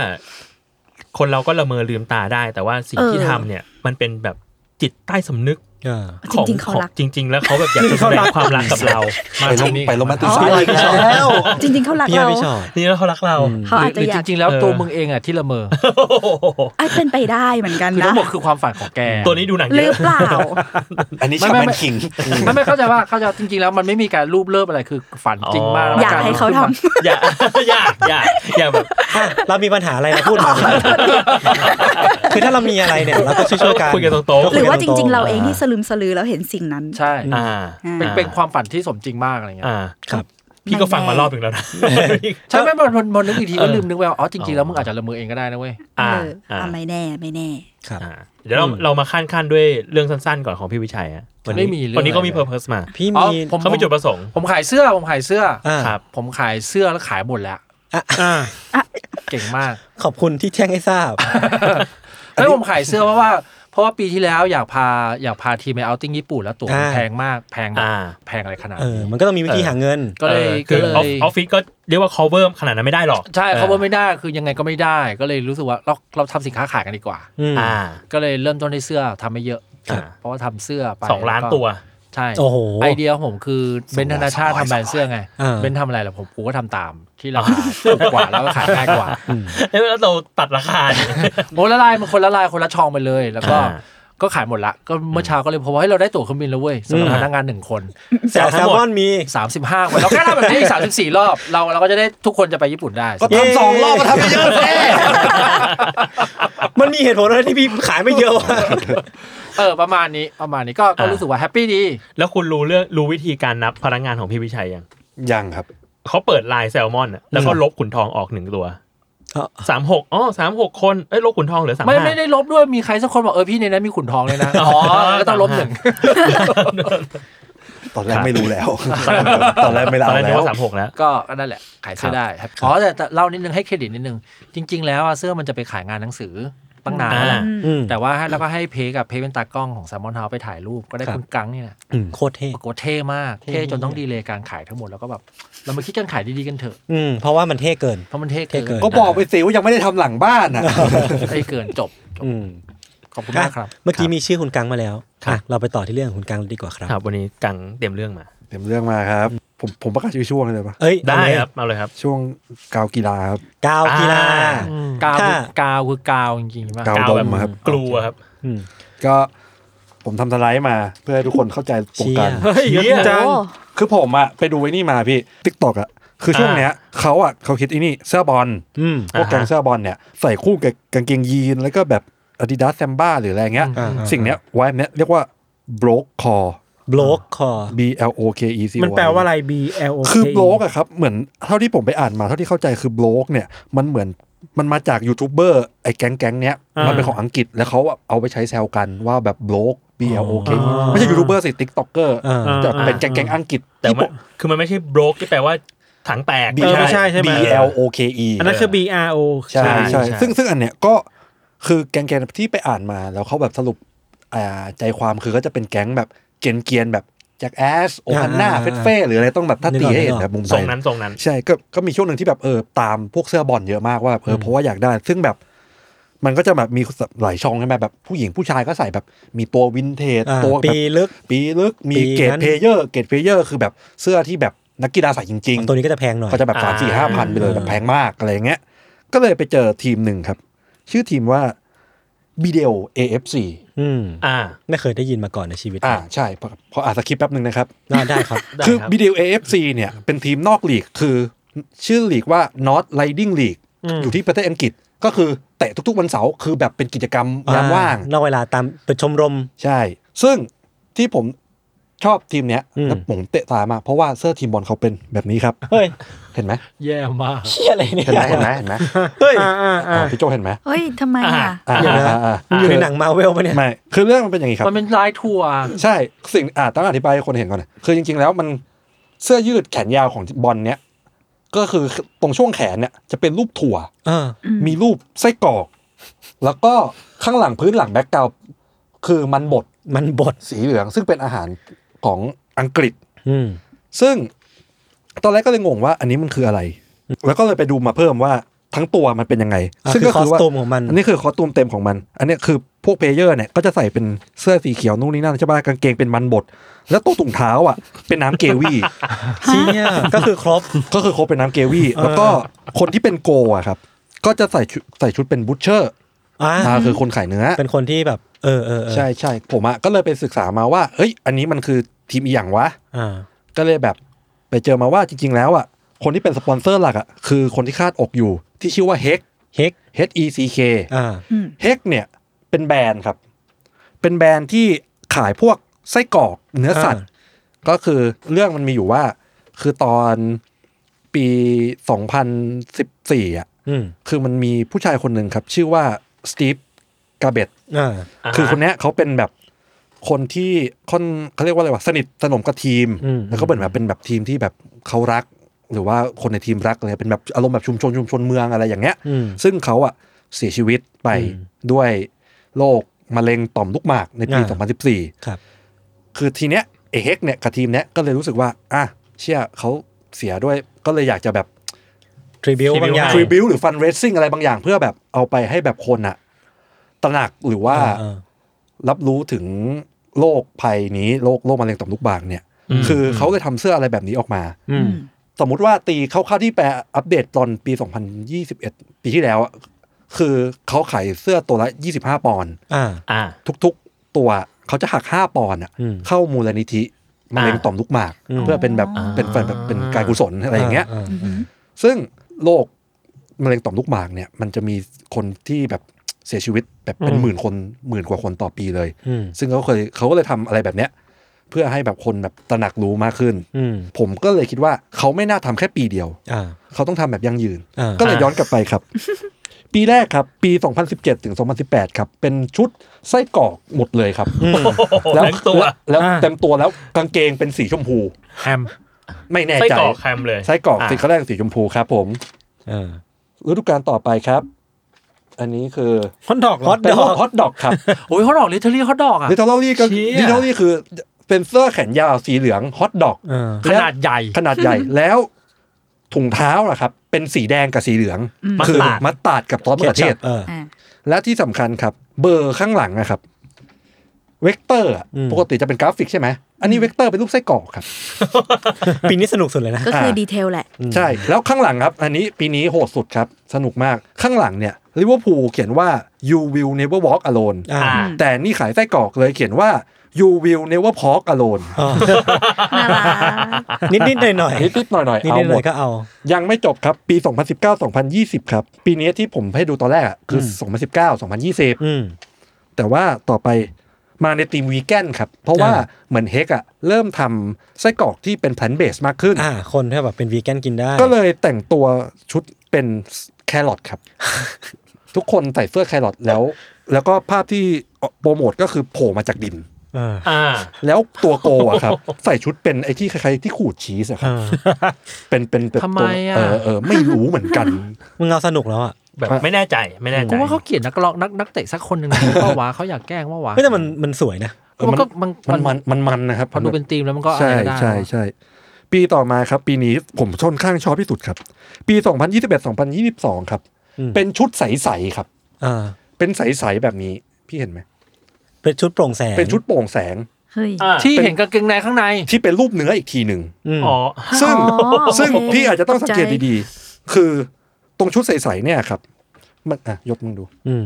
[SPEAKER 3] คนเราก็ละเมอลืมตาได้ แต่ว่าสิ่ง
[SPEAKER 6] เออ
[SPEAKER 3] ที่ทำเนี่ย มันเป็นแบบจิตใต้สำนึก
[SPEAKER 2] เออ
[SPEAKER 6] จริงๆเขารัก
[SPEAKER 3] จริง ๆ แล้วเขาแบบอยากจะแสดงความรักกับเรา
[SPEAKER 5] ไปโรไปโรแมนติ
[SPEAKER 6] อ๋
[SPEAKER 5] ก
[SPEAKER 6] อ
[SPEAKER 5] ไซด์
[SPEAKER 6] จริง ๆเขารัก
[SPEAKER 2] พี่ว่า
[SPEAKER 6] เรา
[SPEAKER 2] ไม่ชอบ
[SPEAKER 3] นี่แล้วเขารักเรา
[SPEAKER 6] เขาอาจ
[SPEAKER 4] ห
[SPEAKER 6] จะ
[SPEAKER 4] รือจ
[SPEAKER 6] อยาก
[SPEAKER 4] ริง ๆ แล้ว
[SPEAKER 3] เออ
[SPEAKER 4] ตัวมึงเองอ่ะที่ละเมอ
[SPEAKER 6] อาจเป็นไปได้เหมือนกัน
[SPEAKER 4] คือ
[SPEAKER 6] นะ
[SPEAKER 4] ทั้งหมดคือความฝันของแก
[SPEAKER 3] ตัวนี้ดูหนัง
[SPEAKER 6] ห
[SPEAKER 3] เย
[SPEAKER 6] รือ
[SPEAKER 3] อะ
[SPEAKER 6] เปล่า
[SPEAKER 5] อันนี้
[SPEAKER 4] ไม่
[SPEAKER 5] ชาแม
[SPEAKER 4] ไม่ไม่
[SPEAKER 5] นคิง
[SPEAKER 4] ไม่ไม่เข้าใจว่าเข้าใจว่าจริง ๆ แล้วมันไม่มีการรูปเลิฟอะไรคือฝันจริงมากแล้ว
[SPEAKER 6] อยาก
[SPEAKER 4] ร
[SPEAKER 6] ให้เขาทำ
[SPEAKER 3] อย่า อย่าอย่าอย่าแบบ
[SPEAKER 2] อ่ะเรามีปัญหาอะไรเราพูด มาคือถ้าเรามีอะไรเนี่ยเราก็ช่วยๆกัน
[SPEAKER 3] คุยกันตรง
[SPEAKER 2] ก็
[SPEAKER 6] ห
[SPEAKER 2] คุ
[SPEAKER 6] รื
[SPEAKER 2] ย
[SPEAKER 6] อ
[SPEAKER 2] กัน
[SPEAKER 6] ว่าจ
[SPEAKER 2] ต
[SPEAKER 6] ริง ๆ เราเองที่ส
[SPEAKER 2] า
[SPEAKER 6] ลืมสลือแล้วเห็นสิ่งนั้น
[SPEAKER 4] ใช่
[SPEAKER 3] ๆอ่า
[SPEAKER 4] เป็นเป็นความฝันที่สมจริงมากอะไรเงี้ย
[SPEAKER 3] อ่า
[SPEAKER 2] ครับ
[SPEAKER 3] พี่ก็ฟังมารอบหนึ่งแล้วนะ
[SPEAKER 4] ใช่ไหมมันมันมันนึกอีกที
[SPEAKER 3] เอ
[SPEAKER 4] ก็
[SPEAKER 3] อ
[SPEAKER 4] ลืมนึกไปว่าอ๋อจริงๆแล้ว
[SPEAKER 3] อ๋อ
[SPEAKER 4] มึงอาจจะละเมอเองก็ได้นะเว้ย
[SPEAKER 6] เอ
[SPEAKER 3] อ่า
[SPEAKER 6] อ
[SPEAKER 3] อ่า
[SPEAKER 6] อ่ะไม่แน่ไม่แน่
[SPEAKER 2] ครับ
[SPEAKER 3] อ่าเดี๋ยวเรา
[SPEAKER 2] อืม
[SPEAKER 3] เรามาขั้นขั้นๆด้วยเรื่องสั้นๆก่อนของพี่วิชัยฮะ
[SPEAKER 2] วันนี้
[SPEAKER 4] ไม่มีเลย
[SPEAKER 3] วันนี้ก็มีเพอร์เพสมา
[SPEAKER 2] พี่
[SPEAKER 4] อ๋อ
[SPEAKER 2] มี
[SPEAKER 4] ผม
[SPEAKER 3] เขามีจุดประสงค์
[SPEAKER 4] ผมขายเสื้อผมขายเสื้ออ
[SPEAKER 2] อ่า
[SPEAKER 3] ครับ
[SPEAKER 4] ผมขายเสื้อแล้วขายหมดแล้ว
[SPEAKER 7] อ่า
[SPEAKER 4] เก่งมาก
[SPEAKER 2] ขอบคุณที่แจ้งให้ทราบ
[SPEAKER 4] เฮ้ยผมขายเสื้อเพราะว่าเพราะว่าปีที่แล้วอยากพาอยากพาทีมไปเอาท์ติ้งญี่ปุ่นแล้วตั๋วมัน
[SPEAKER 2] อ่า
[SPEAKER 4] แพงมากแพงแบบ
[SPEAKER 3] อ่า
[SPEAKER 4] แพงอะไรขนาด
[SPEAKER 2] เออ
[SPEAKER 4] นี้
[SPEAKER 2] มันก็ต้องมีวิธีหาเงิน
[SPEAKER 4] ก็เลย
[SPEAKER 3] ออ
[SPEAKER 4] ก็
[SPEAKER 3] คือ
[SPEAKER 4] เลย
[SPEAKER 3] ออฟออฟฟิศก็เรียกว่า cover ขนาดนั้นไม่ได้หรอก
[SPEAKER 4] ใช่
[SPEAKER 3] ออ
[SPEAKER 4] เขาไม่ได้คือยังไงก็ไม่ได้ก็เลยรู้สึกว่าเราเราทำสินค้าขายกันดีกว่า
[SPEAKER 2] อืม
[SPEAKER 3] อ่า
[SPEAKER 4] ก็เลยเริ่มต้นในเสื้อทำไม่เยอะ
[SPEAKER 2] ครับ
[SPEAKER 4] เพราะว่าทำเสื้อไป
[SPEAKER 3] สองล้าน
[SPEAKER 4] แก็
[SPEAKER 3] ตัว
[SPEAKER 4] ใช่
[SPEAKER 2] โอ้โห
[SPEAKER 4] ไอเดียของผมคือเบน
[SPEAKER 5] ส
[SPEAKER 4] ธ
[SPEAKER 5] องร้อย
[SPEAKER 4] นาชาติ
[SPEAKER 5] สองร้อย
[SPEAKER 4] ทำแบรนด์เสื้อไง
[SPEAKER 2] เออ
[SPEAKER 4] เบนทำอะไรล่ะผมกูก็ทำ ตามที่ราคาถูกกว่าแล้วก็ขายง่ายกว่า
[SPEAKER 3] เอ้ยแล้วเราตัดราคาเนี่ย
[SPEAKER 4] โอ้ละลายมันคนละลายคนละชองไปเลย แล้วก็
[SPEAKER 3] อ่า
[SPEAKER 4] ก็ขายหมดละ ก็เมื่อเช้าก็เลยพบว่าให้ยเราได้ตั๋วเครื่องบินแล้วเว้ยสำหรับพนักงานหนึ่งคน
[SPEAKER 2] แต่แซลมอนมี
[SPEAKER 4] 35คนเราแค่ทำแบบนี้อีก34 รอบ เราเราก็จะได้ทุกคนจะไปญี่ปุ่นได้
[SPEAKER 5] ก็ทำสองรอบก็ทำไม่เยอะแน่
[SPEAKER 2] มันมีเหตุผลอะไรที่พี่ขายไม่เยอะวะ
[SPEAKER 4] เออประมาณนี้ประมาณนี้ก็ก็
[SPEAKER 3] อ่ารู้
[SPEAKER 4] รู้สึกว่าแฮปปี้ดี
[SPEAKER 3] แล้วคุณรู้เรื่องรู้วิธีการนับพนักงานของพี่วิชัยยัง
[SPEAKER 5] ยังครับ
[SPEAKER 3] เขาเปิดไลน์แซลมอนอะแล้วก็
[SPEAKER 2] อืม
[SPEAKER 3] ลบขุนทองออกหนึ่งตัว
[SPEAKER 2] เอ้า
[SPEAKER 3] สามหกอ๋อสามหกคนเอ้ยลบขุนทองเหลือสาม
[SPEAKER 4] ไม่
[SPEAKER 3] ห้า
[SPEAKER 4] ไม่ได้ลบด้วยมีใครสักคนบอกเออพี่ในนั้นมีขุนทองเลยนะอ๋อก็ต้องลบหนึ่ง
[SPEAKER 5] ตอนแรก
[SPEAKER 3] ครับ
[SPEAKER 5] ไม่รู้แล้ว ตอนแรกไม่
[SPEAKER 3] ต
[SPEAKER 5] เอา
[SPEAKER 3] อนแรกนึก
[SPEAKER 5] แล้ว
[SPEAKER 3] ว่าสามหกแล้ว
[SPEAKER 4] ก็นั่นแหละ ขายเสื้อได้ครับอ๋อแต่แต่เล่านิดนึงให้เครดิตนิดนึง จริง ๆ แล้วอะเสื้อมันจะไปขายงานหนังสือตั้งนานแล้วแห
[SPEAKER 3] อ่
[SPEAKER 4] ละ
[SPEAKER 3] า
[SPEAKER 2] อืม
[SPEAKER 4] แต่ว่าให้แล้วก็ให้เพกับเพเป็นตากล้องของแซมมอนเฮาไปถ่ายรูปก็ได้
[SPEAKER 2] ครับ
[SPEAKER 4] คุณกังนี่แหละ
[SPEAKER 2] อืมโคตรเท่
[SPEAKER 4] ปรากฏเท่มาก
[SPEAKER 2] เท่
[SPEAKER 4] เท่จนต้องดีเลยการขายทั้งหมดแล้วก็แบบเรามาคิดกันขายดีๆกันเถอะ
[SPEAKER 2] อืมเพราะว่ามันเท่เกิน
[SPEAKER 4] เพราะมันเท่
[SPEAKER 2] เท่เกิ
[SPEAKER 4] เกิ
[SPEAKER 2] น
[SPEAKER 4] น
[SPEAKER 5] ก็บอกไปสิว่ายังไม่ได้ทำหลังบ้านอ่ะ
[SPEAKER 4] เท่เกินจบ
[SPEAKER 2] อืม
[SPEAKER 4] ขอบคุณมากครับ
[SPEAKER 2] เมื่อกี้มีชื่อคุณกังมาแล้ว
[SPEAKER 3] ครับ
[SPEAKER 2] อ่ะเราไปต่อที่เรื่องของคุณกังดีกว่าครับ
[SPEAKER 3] ครับ วันนี้กังเต็มเรื่องมา
[SPEAKER 5] เต็มเรื่องมาครับ ผมผมประกาศชื่อช่วงเลยปะ
[SPEAKER 2] เอ้ย
[SPEAKER 3] ได้
[SPEAKER 2] เอาเลย
[SPEAKER 3] ครับเอาเลยครับ
[SPEAKER 5] ช่วงกาวกีฬาครับ
[SPEAKER 2] กาวกีฬา
[SPEAKER 3] อ่า
[SPEAKER 4] กาวคื
[SPEAKER 2] ถ้า
[SPEAKER 4] อกาวคือกาวจริงๆป่ะ
[SPEAKER 5] กาว
[SPEAKER 3] กาวแบบ
[SPEAKER 5] ดมครับ
[SPEAKER 3] กลัวครับ
[SPEAKER 5] ก็ผมทำสไลด์มาเพื่อให้ทุกคนเข้าใจตรงกัน
[SPEAKER 3] เฮ้ย
[SPEAKER 2] เชี่ย
[SPEAKER 5] จริงจัง
[SPEAKER 6] โอ้
[SPEAKER 5] คือผมอะไปดูไอ้นี่มาพี่ทิกตอกอะคือช่วงเนี้ยเขาอะเขาคิดไอ้นี่เสื้อบอล
[SPEAKER 2] อืม
[SPEAKER 5] พวกแกงเสื้อบอลเนี่ยใส่คู่กับกางเกงยีนแล้วก็แบบอาดิดาสแซมบ้าหรืออะไรเงี้ย
[SPEAKER 2] อ่าอ่า
[SPEAKER 5] สิ่งเนี้ยไว้เนี้ยเรียกว่า broke core
[SPEAKER 2] บล็อกคอ
[SPEAKER 5] B L O K E C Y
[SPEAKER 7] มันแปลว่าอะไร B L O K
[SPEAKER 5] คือบล็อกอะครับเหมือนเท่าที่ผมไปอ่านมาเท่าที่เข้าใจคือบล็อกเนี่ยมันเหมือนมันมาจากยูทูบเบอร์ไอ้แก๊งแก๊งๆเนี้ย
[SPEAKER 7] อ่ามั
[SPEAKER 5] มันเป็นของอังกฤษแล้วเขาอะเอาไปใช้แซวกันว่าแบบบล็อก B L O K
[SPEAKER 2] อ๋อ
[SPEAKER 5] ไม่ใช่ยูทูบเบอร์สิติ๊กต็อกเกอร์
[SPEAKER 2] อ่า
[SPEAKER 5] แต่เป็นแก๊งแก๊งๆอังกฤษ
[SPEAKER 3] แต่
[SPEAKER 5] ที่
[SPEAKER 3] ว่า
[SPEAKER 5] ผม
[SPEAKER 3] คือมันไม่ใช่บรกที่แปลว่าถังแตก
[SPEAKER 5] B
[SPEAKER 7] เออไม่ใช่ใช่ไหม
[SPEAKER 5] B L O K E
[SPEAKER 7] อันนั้นคือ B R O
[SPEAKER 5] ใช่
[SPEAKER 3] ใช่
[SPEAKER 5] ใช่
[SPEAKER 3] ใช่
[SPEAKER 5] ซึ่งซึ่งอันเนี้ยก็คือแก๊งแกที่ไปอ่านมาแล้วเขาแบบสรุปอ่าใจความคือก็จะเป็นแก๊งแบบเกรียนเกียนๆแบบจากแอสโอฮันนา
[SPEAKER 2] อ่า
[SPEAKER 5] เฟสเฟ่หรืออะไรต้องแบบถ้า
[SPEAKER 2] นึก
[SPEAKER 5] ตี
[SPEAKER 2] ออก
[SPEAKER 5] ให้เห็น
[SPEAKER 2] นึกออก
[SPEAKER 5] แบบมุมไท
[SPEAKER 3] ทรง
[SPEAKER 5] ย
[SPEAKER 3] นั้นทรงนั้น
[SPEAKER 5] ใช่ก็ก็มีช่วงหนึ่งที่แบบเออตามพวกเสื้อบอลเยอะมากว่าแบบเออเพราะว่าอยากได้ ซึ่งแบบมันก็จะแบบมีหลายช่องใช่ไหมแบบผู้หญิงผู้ชายก็ใส่แบบมีตัววินเทจ
[SPEAKER 2] อ่า
[SPEAKER 5] ตัวแบบ
[SPEAKER 2] ปีลึก
[SPEAKER 5] ปีลึกมี
[SPEAKER 2] ปี
[SPEAKER 5] เกรด
[SPEAKER 2] นั้น
[SPEAKER 5] เพลเยอร์เกรดเพลเยอร์คือแบบเสื้อที่แบบนักกีฬาใส่จริง ๆ
[SPEAKER 2] ตัวนี้ก็จะแพงหน่อย
[SPEAKER 5] ก็จะแบบสามสี่ห้า
[SPEAKER 3] อ่า
[SPEAKER 5] พันไปเลย
[SPEAKER 2] เออ
[SPEAKER 5] แบบแพงมากอะไรอย่างเงี้ย ก็เลยไปเจอทีมหนึ่งครับ ชื่อทีมว่าบีเดล AFC
[SPEAKER 2] อืม
[SPEAKER 3] อ่า
[SPEAKER 2] ไม่เคยได้ยินมาก่อนในชีวิต
[SPEAKER 5] อ่าใช่พอพออ่านสคริปต์แป๊บหนึ่งนะครับ
[SPEAKER 2] ได้ได้ครับ
[SPEAKER 3] ได้
[SPEAKER 5] คือ
[SPEAKER 3] ครับ
[SPEAKER 5] บีเดล AFC เนี่ยเป็นทีมนอกลีกคือ ชื่อลีกว่า North Riding League อยู่ที่ประเทศอังกฤษก็คือเตะทุกๆวันเสาร์คือแบบเป็นกิจกรรมยามว่าง
[SPEAKER 2] นอกเวลาตามเป็นชมรม
[SPEAKER 5] ใช่ ซึ่งที่ผมชอบทีมเนี้ย
[SPEAKER 2] อืม
[SPEAKER 5] แล้วผมเตะตามากเพราะว่าเสื้อทีมบอลเขาเป็นแบบนี้ครับ
[SPEAKER 2] เฮ้ย
[SPEAKER 5] เห็นไหม
[SPEAKER 4] แย่มาก
[SPEAKER 2] เชี่ยอะไรเนี่ย
[SPEAKER 5] เห็นไหมเห็นไหมเห็นไหม
[SPEAKER 2] เฮ้ย
[SPEAKER 7] อ่าอ่าอ่า
[SPEAKER 5] อ่าพี่โจเห็นไหม
[SPEAKER 6] เฮ้ยทำไมอ่ะ
[SPEAKER 5] อ่า
[SPEAKER 2] เดี๋ยวนะ
[SPEAKER 5] อ่าอ่า
[SPEAKER 2] มันอยู่ในหนังมาเวลปะเนี่ย
[SPEAKER 5] ไม่ คือเรื่องมันเป็นอย่างนี้ครับ
[SPEAKER 4] มันเป็นลายถั่ว
[SPEAKER 5] ใช่ สิ่งอ่าต้องอธิบายให้คนเห็นก่อนนะคือจริงๆ แล้วมันเสื้อยืดแขนยาวของบอลเนี้ย ก็คือตรงช่วงแขนเนี่ยจะเป็นรูปถั่ว
[SPEAKER 2] เออ
[SPEAKER 5] มีรูปไส้กรอก แล้วก็ข้างหลังพื้นหลังแบ็กกราวคือมันบด
[SPEAKER 2] มันบด
[SPEAKER 5] สีเหลือง ซึ่งเป็นอาหารของอังกฤษ
[SPEAKER 2] อืม
[SPEAKER 5] ซึ่งตอนแรกก็เลยงงว่าอันนี้มันคืออะไร แล้วก็เลยไปดูมาเพิ่มว่าทั้งตัวมันเป็นยังไง
[SPEAKER 2] อ่ะ
[SPEAKER 5] ซึ่งก็
[SPEAKER 2] คือ
[SPEAKER 5] คือว่า
[SPEAKER 2] คอสตูมของมัน
[SPEAKER 5] อันนี้คือคอสตูมเต็มของมัน อันเนี้ยคือพวกเพลเยอร์เนี่ยก็จะใส่เป็นเสื้อสีเขียวนู่นนี่นั่นใช่ป่ะกางเกงเป็นมันบด แล้วตัวถุงเท้าอ่ะ เป็นน้ำเกวี่
[SPEAKER 2] เชี่ยก็คือครบ
[SPEAKER 5] ก็คือครบเป็นน้ำเกวี่แล้วก็คนที่เป็นโกอ่ะครับ ก็จะใส่ชุดใส่ชุดเป็นบูชเชอร์
[SPEAKER 2] อ่า
[SPEAKER 5] อ่าคือคนขายเนื้อ
[SPEAKER 2] เป็นคนที่แบบเออเออเออ
[SPEAKER 5] ใช่ใช่ผมอ่ะก็เลยไปศึกษามาว่าเอ้ย อันนี้มันคือทีมอีหยังวะ
[SPEAKER 2] อ่า
[SPEAKER 5] ก็เลยแบบไปเจอมาว่าจริง ๆ แล้วอ่ะคนที่เป็นสปอนเซอร์หลักอ่ะคือคนที่คาดอกอยู่ ที่ชื่อว่าเฮก
[SPEAKER 2] เฮ็ก
[SPEAKER 5] H E C K
[SPEAKER 2] อ่า
[SPEAKER 5] เฮกเนี่ยเป็นแบรนด์ครับ เป็นแบรนด์ที่ขายพวกไส้กรอกเนื้อสัตว์ ก็คือเรื่องมันมีอยู่ว่า คือตอนปี 2014 อ่ะ
[SPEAKER 2] อืม
[SPEAKER 5] คือมันมีผู้ชายคนหนึ่งครับ ชื่อว่าสตีฟกาเบต
[SPEAKER 2] อ่า
[SPEAKER 3] า
[SPEAKER 5] คือคนเนี้ยเขาเป็นแบบคนที่ค่อนเขาเรียกว่าอะไรวะสนิทสนมกับทีม
[SPEAKER 2] อืม
[SPEAKER 5] แล้วก็เหมือนแบบเป็นแบบทีมที่แบบเขารัก หรือว่าคนในทีมรักอะไรเป็นแบบอารมณ์แบบชุมชนชุมชนเมืองอะไรอย่างเงี้ย
[SPEAKER 2] อืม
[SPEAKER 5] ซึ่งเขาอะเสียชีวิตไป
[SPEAKER 2] อืม
[SPEAKER 5] ด้วยโรคมะเร็งต่อมลูกหมากในปี
[SPEAKER 2] อ่า
[SPEAKER 5] 2014
[SPEAKER 2] ครับ
[SPEAKER 5] คือทีเนี้ยเอเฮกเนี่ยกับทีมเนี้ยก็เลยรู้สึกว่า อ่ะเชื่อเขาเสียด้วยก็เลยอยากจะแบบ
[SPEAKER 2] ทริบิวบางอย่าง
[SPEAKER 5] ทริบิวหรือฟันเรซซิ่งอะไรบางอย่างเพื่อแบบเอาไปให้แบบคนอะตระหนักหรือว่า
[SPEAKER 2] เออ
[SPEAKER 5] รับรู้ถึงโรคภัยนี้โรคโรคมะเร็งต่อมลูกหมากเนี่ย คือเขาเลยทำเสื้ออะไรแบบนี้ออกมา
[SPEAKER 2] อืม
[SPEAKER 5] สมมุติว่าตีคร่าวๆที่แปลอัปเดตตอนปี 2021 ปีที่แล้วอะคือเขาขายเสื้อตัวละ 25 ปอนด์
[SPEAKER 2] อ่า
[SPEAKER 3] อ่า
[SPEAKER 5] ทุกๆ ตัวเขาจะหัก 5 ปอนด์อะ
[SPEAKER 2] อืม
[SPEAKER 5] เข้ามูลนิธิมะเร็งต่อมลูกหมาก
[SPEAKER 2] อืม
[SPEAKER 5] เพื่อเป็นแบบ
[SPEAKER 3] อ่า
[SPEAKER 5] เป็นแบบเป็นการกุศลอะไรอย่างเงี้ย
[SPEAKER 2] ม
[SPEAKER 5] ซึ่งโรคมะเร็งต่อมลูกหมากเนี่ย มันจะมีคนที่แบบเสียชีวิตแบบเป็นหมื่นคนหมื่นกว่าคนต่อปีเลย
[SPEAKER 2] อืม
[SPEAKER 5] ซึ่งเขาเคยเขาก็เลยทำอะไรแบบเนี้ยเพื่อให้แบบคนแบบตระหนักรู้มากขึ้น
[SPEAKER 2] อืม
[SPEAKER 5] ผมก็เลยคิดว่าเขาไม่น่าทำแค่ปีเดียว
[SPEAKER 2] อ่า
[SPEAKER 5] เขาต้องทำแบบยั่งยืน
[SPEAKER 2] อ่า
[SPEAKER 5] ก็เลยย้อนกลับไปครับ ปีแรกครับ ปี 2017 ถึง 2018 ครับ เป็นชุดไส้กรอกหมดเลยครับ
[SPEAKER 3] ทั้งตัว
[SPEAKER 5] แล้ว
[SPEAKER 7] อ่า
[SPEAKER 5] เต็มตัวแล้วกางเกงเป็นสีชมพู
[SPEAKER 4] แฮม
[SPEAKER 5] ไม่แน่
[SPEAKER 3] ไส้
[SPEAKER 5] ใจ
[SPEAKER 3] กรอกแคมเลย
[SPEAKER 5] ไส้กรอก
[SPEAKER 3] า
[SPEAKER 5] สีเขาแรกสีชมพูครับผม
[SPEAKER 2] อ่า
[SPEAKER 5] ฤดูกาลต่อไปครับ อันนี้คือ
[SPEAKER 7] ฮอนดอกเหร
[SPEAKER 2] ฮ
[SPEAKER 7] อ
[SPEAKER 2] อต
[SPEAKER 5] เป็นพวกฮอตดอกครับ
[SPEAKER 4] โอ้ยฮอตดอกลิทเทอรี่ฮอตดอกอ่ะ
[SPEAKER 5] ดิทอลลี่ก็
[SPEAKER 3] เชี่ย
[SPEAKER 5] ดิทอลลี่คือเป็นเสื้อแขนยาวสีเหลืองฮอตดอก
[SPEAKER 2] อ่า
[SPEAKER 4] ขนาดใหญ่
[SPEAKER 5] ขนาดใหญ่ แล้วถุงเท้าล่ะครับ เป็นสีแดงกับสีเหลือง
[SPEAKER 6] อืม
[SPEAKER 5] คือ
[SPEAKER 3] มัสตาร์ด
[SPEAKER 5] มัสตาร์ดกับซอสมะเขือเทศ
[SPEAKER 2] เออ
[SPEAKER 6] อ่า
[SPEAKER 5] และที่สำคัญครับ เบอร์ข้างหลังนะครับ เวกเตอร์อะ
[SPEAKER 2] อืม
[SPEAKER 5] ปกติจะเป็นกราฟิกใช่ไหม อันนี้เวกเตอร์เป็นรูปไส้กรอกครับ
[SPEAKER 2] ปีนี้สนุกสุดเลยนะ
[SPEAKER 6] ก็คืออา ดีเทลแหละ
[SPEAKER 5] ใช่ แล้วข้างหลังครับ อันนี้ปีนี้โหดสุดครับ สนุกมากข้างหลังเนี่ยลิเวอร์พูลเขียนว่า you will never walk alone
[SPEAKER 2] อ่า
[SPEAKER 5] แต่นี่ขายไส้กรอกเลยเขียนว่า you will never walk alone
[SPEAKER 6] น่ารัก
[SPEAKER 2] นิดนิดหน่อยหน่อย
[SPEAKER 5] นิดๆหน่อยๆ
[SPEAKER 2] นิด
[SPEAKER 5] เอา
[SPEAKER 2] นิด
[SPEAKER 5] ห
[SPEAKER 2] ห
[SPEAKER 5] ม
[SPEAKER 2] น่อ
[SPEAKER 5] ด
[SPEAKER 2] ยก็เอา
[SPEAKER 5] ยังไม่จบครับ ปี 2019-2020 ครับ ปีนี้ที่ผมให้ดูตอนแรกอะคืออ2019-2020
[SPEAKER 2] อืม
[SPEAKER 5] แต่ว่าต่อไปมาในทีมวีแกนครับ เพราะว่า
[SPEAKER 2] อ่า
[SPEAKER 5] เหมือนเฮกอะเริ่มทำไส้กรอกที่เป็นแพลนเบสมากขึ้น
[SPEAKER 2] อ่า คนที่แบบเป็นวีแกนกินได้
[SPEAKER 5] ก็เลยแต่งตัวชุดเป็นแครอทครับ ทุกคนใส่เสื้อแครอทแล้ว แล้วก็ภาพที่โปรโมทก็คือโผล่มาจากดิน
[SPEAKER 2] เออ
[SPEAKER 3] อ่า
[SPEAKER 5] แล้วตัวโกอะครับ ใส่ชุดเป็นไอ้ที่คล้ายๆที่ขูดชีสอะค
[SPEAKER 2] เอ
[SPEAKER 5] รับ
[SPEAKER 2] อ
[SPEAKER 5] เป็นเป็นเป็นตัว
[SPEAKER 4] ทำไมอะ
[SPEAKER 5] เออเออไม่รู้เหมือนกัน
[SPEAKER 2] มึงเอาสนุกแล้วอ่ะ
[SPEAKER 3] แบบไม่แน่ใจไม่แน่ใจ
[SPEAKER 4] กูว่าเขาเกลียดนักร้องนักนักเตะสักคนหนึ่งนะเพราะว่าเขาอยากแกล้งว่าวะ
[SPEAKER 2] เฮ้ยแต่มันมันสวยนะ
[SPEAKER 4] มันก็มัน
[SPEAKER 5] มันมันมันมันนะครับ
[SPEAKER 4] พอดูเป็นธีมแล้วมันก็อะไร
[SPEAKER 5] ใช่
[SPEAKER 4] ก็ได้
[SPEAKER 5] ใช่ใช่ปีต่อมาครับ ปีนี้ผมชนข้างชอบที่สุดครับ ปี 2021-2022 ครับ
[SPEAKER 2] อืม
[SPEAKER 5] เป็นชุดใสๆครับ
[SPEAKER 2] อ่า
[SPEAKER 5] เป็นใสๆแบบนี้พี่เห็นไหม
[SPEAKER 2] เป็นชุดโปร่งแสง
[SPEAKER 5] เป็นชุดโปร่งแสง
[SPEAKER 6] เฮ้ย
[SPEAKER 3] อ่า
[SPEAKER 4] ที่เห็นกางเกงในข้างใน
[SPEAKER 5] ที่เป็นรูปเนื้ออีกทีหนึ่ง
[SPEAKER 2] อืม
[SPEAKER 3] อ๋อ
[SPEAKER 5] ซึ่ง
[SPEAKER 6] อ๋อ
[SPEAKER 5] ซึ่ง
[SPEAKER 6] โอเค
[SPEAKER 5] พี่อาจจะต้องสังเกต
[SPEAKER 6] เข้าใจ
[SPEAKER 5] ดีๆ คือตรงชุดใสๆเนี่ยครับ มันอ่ะยกมึงดู
[SPEAKER 2] อืม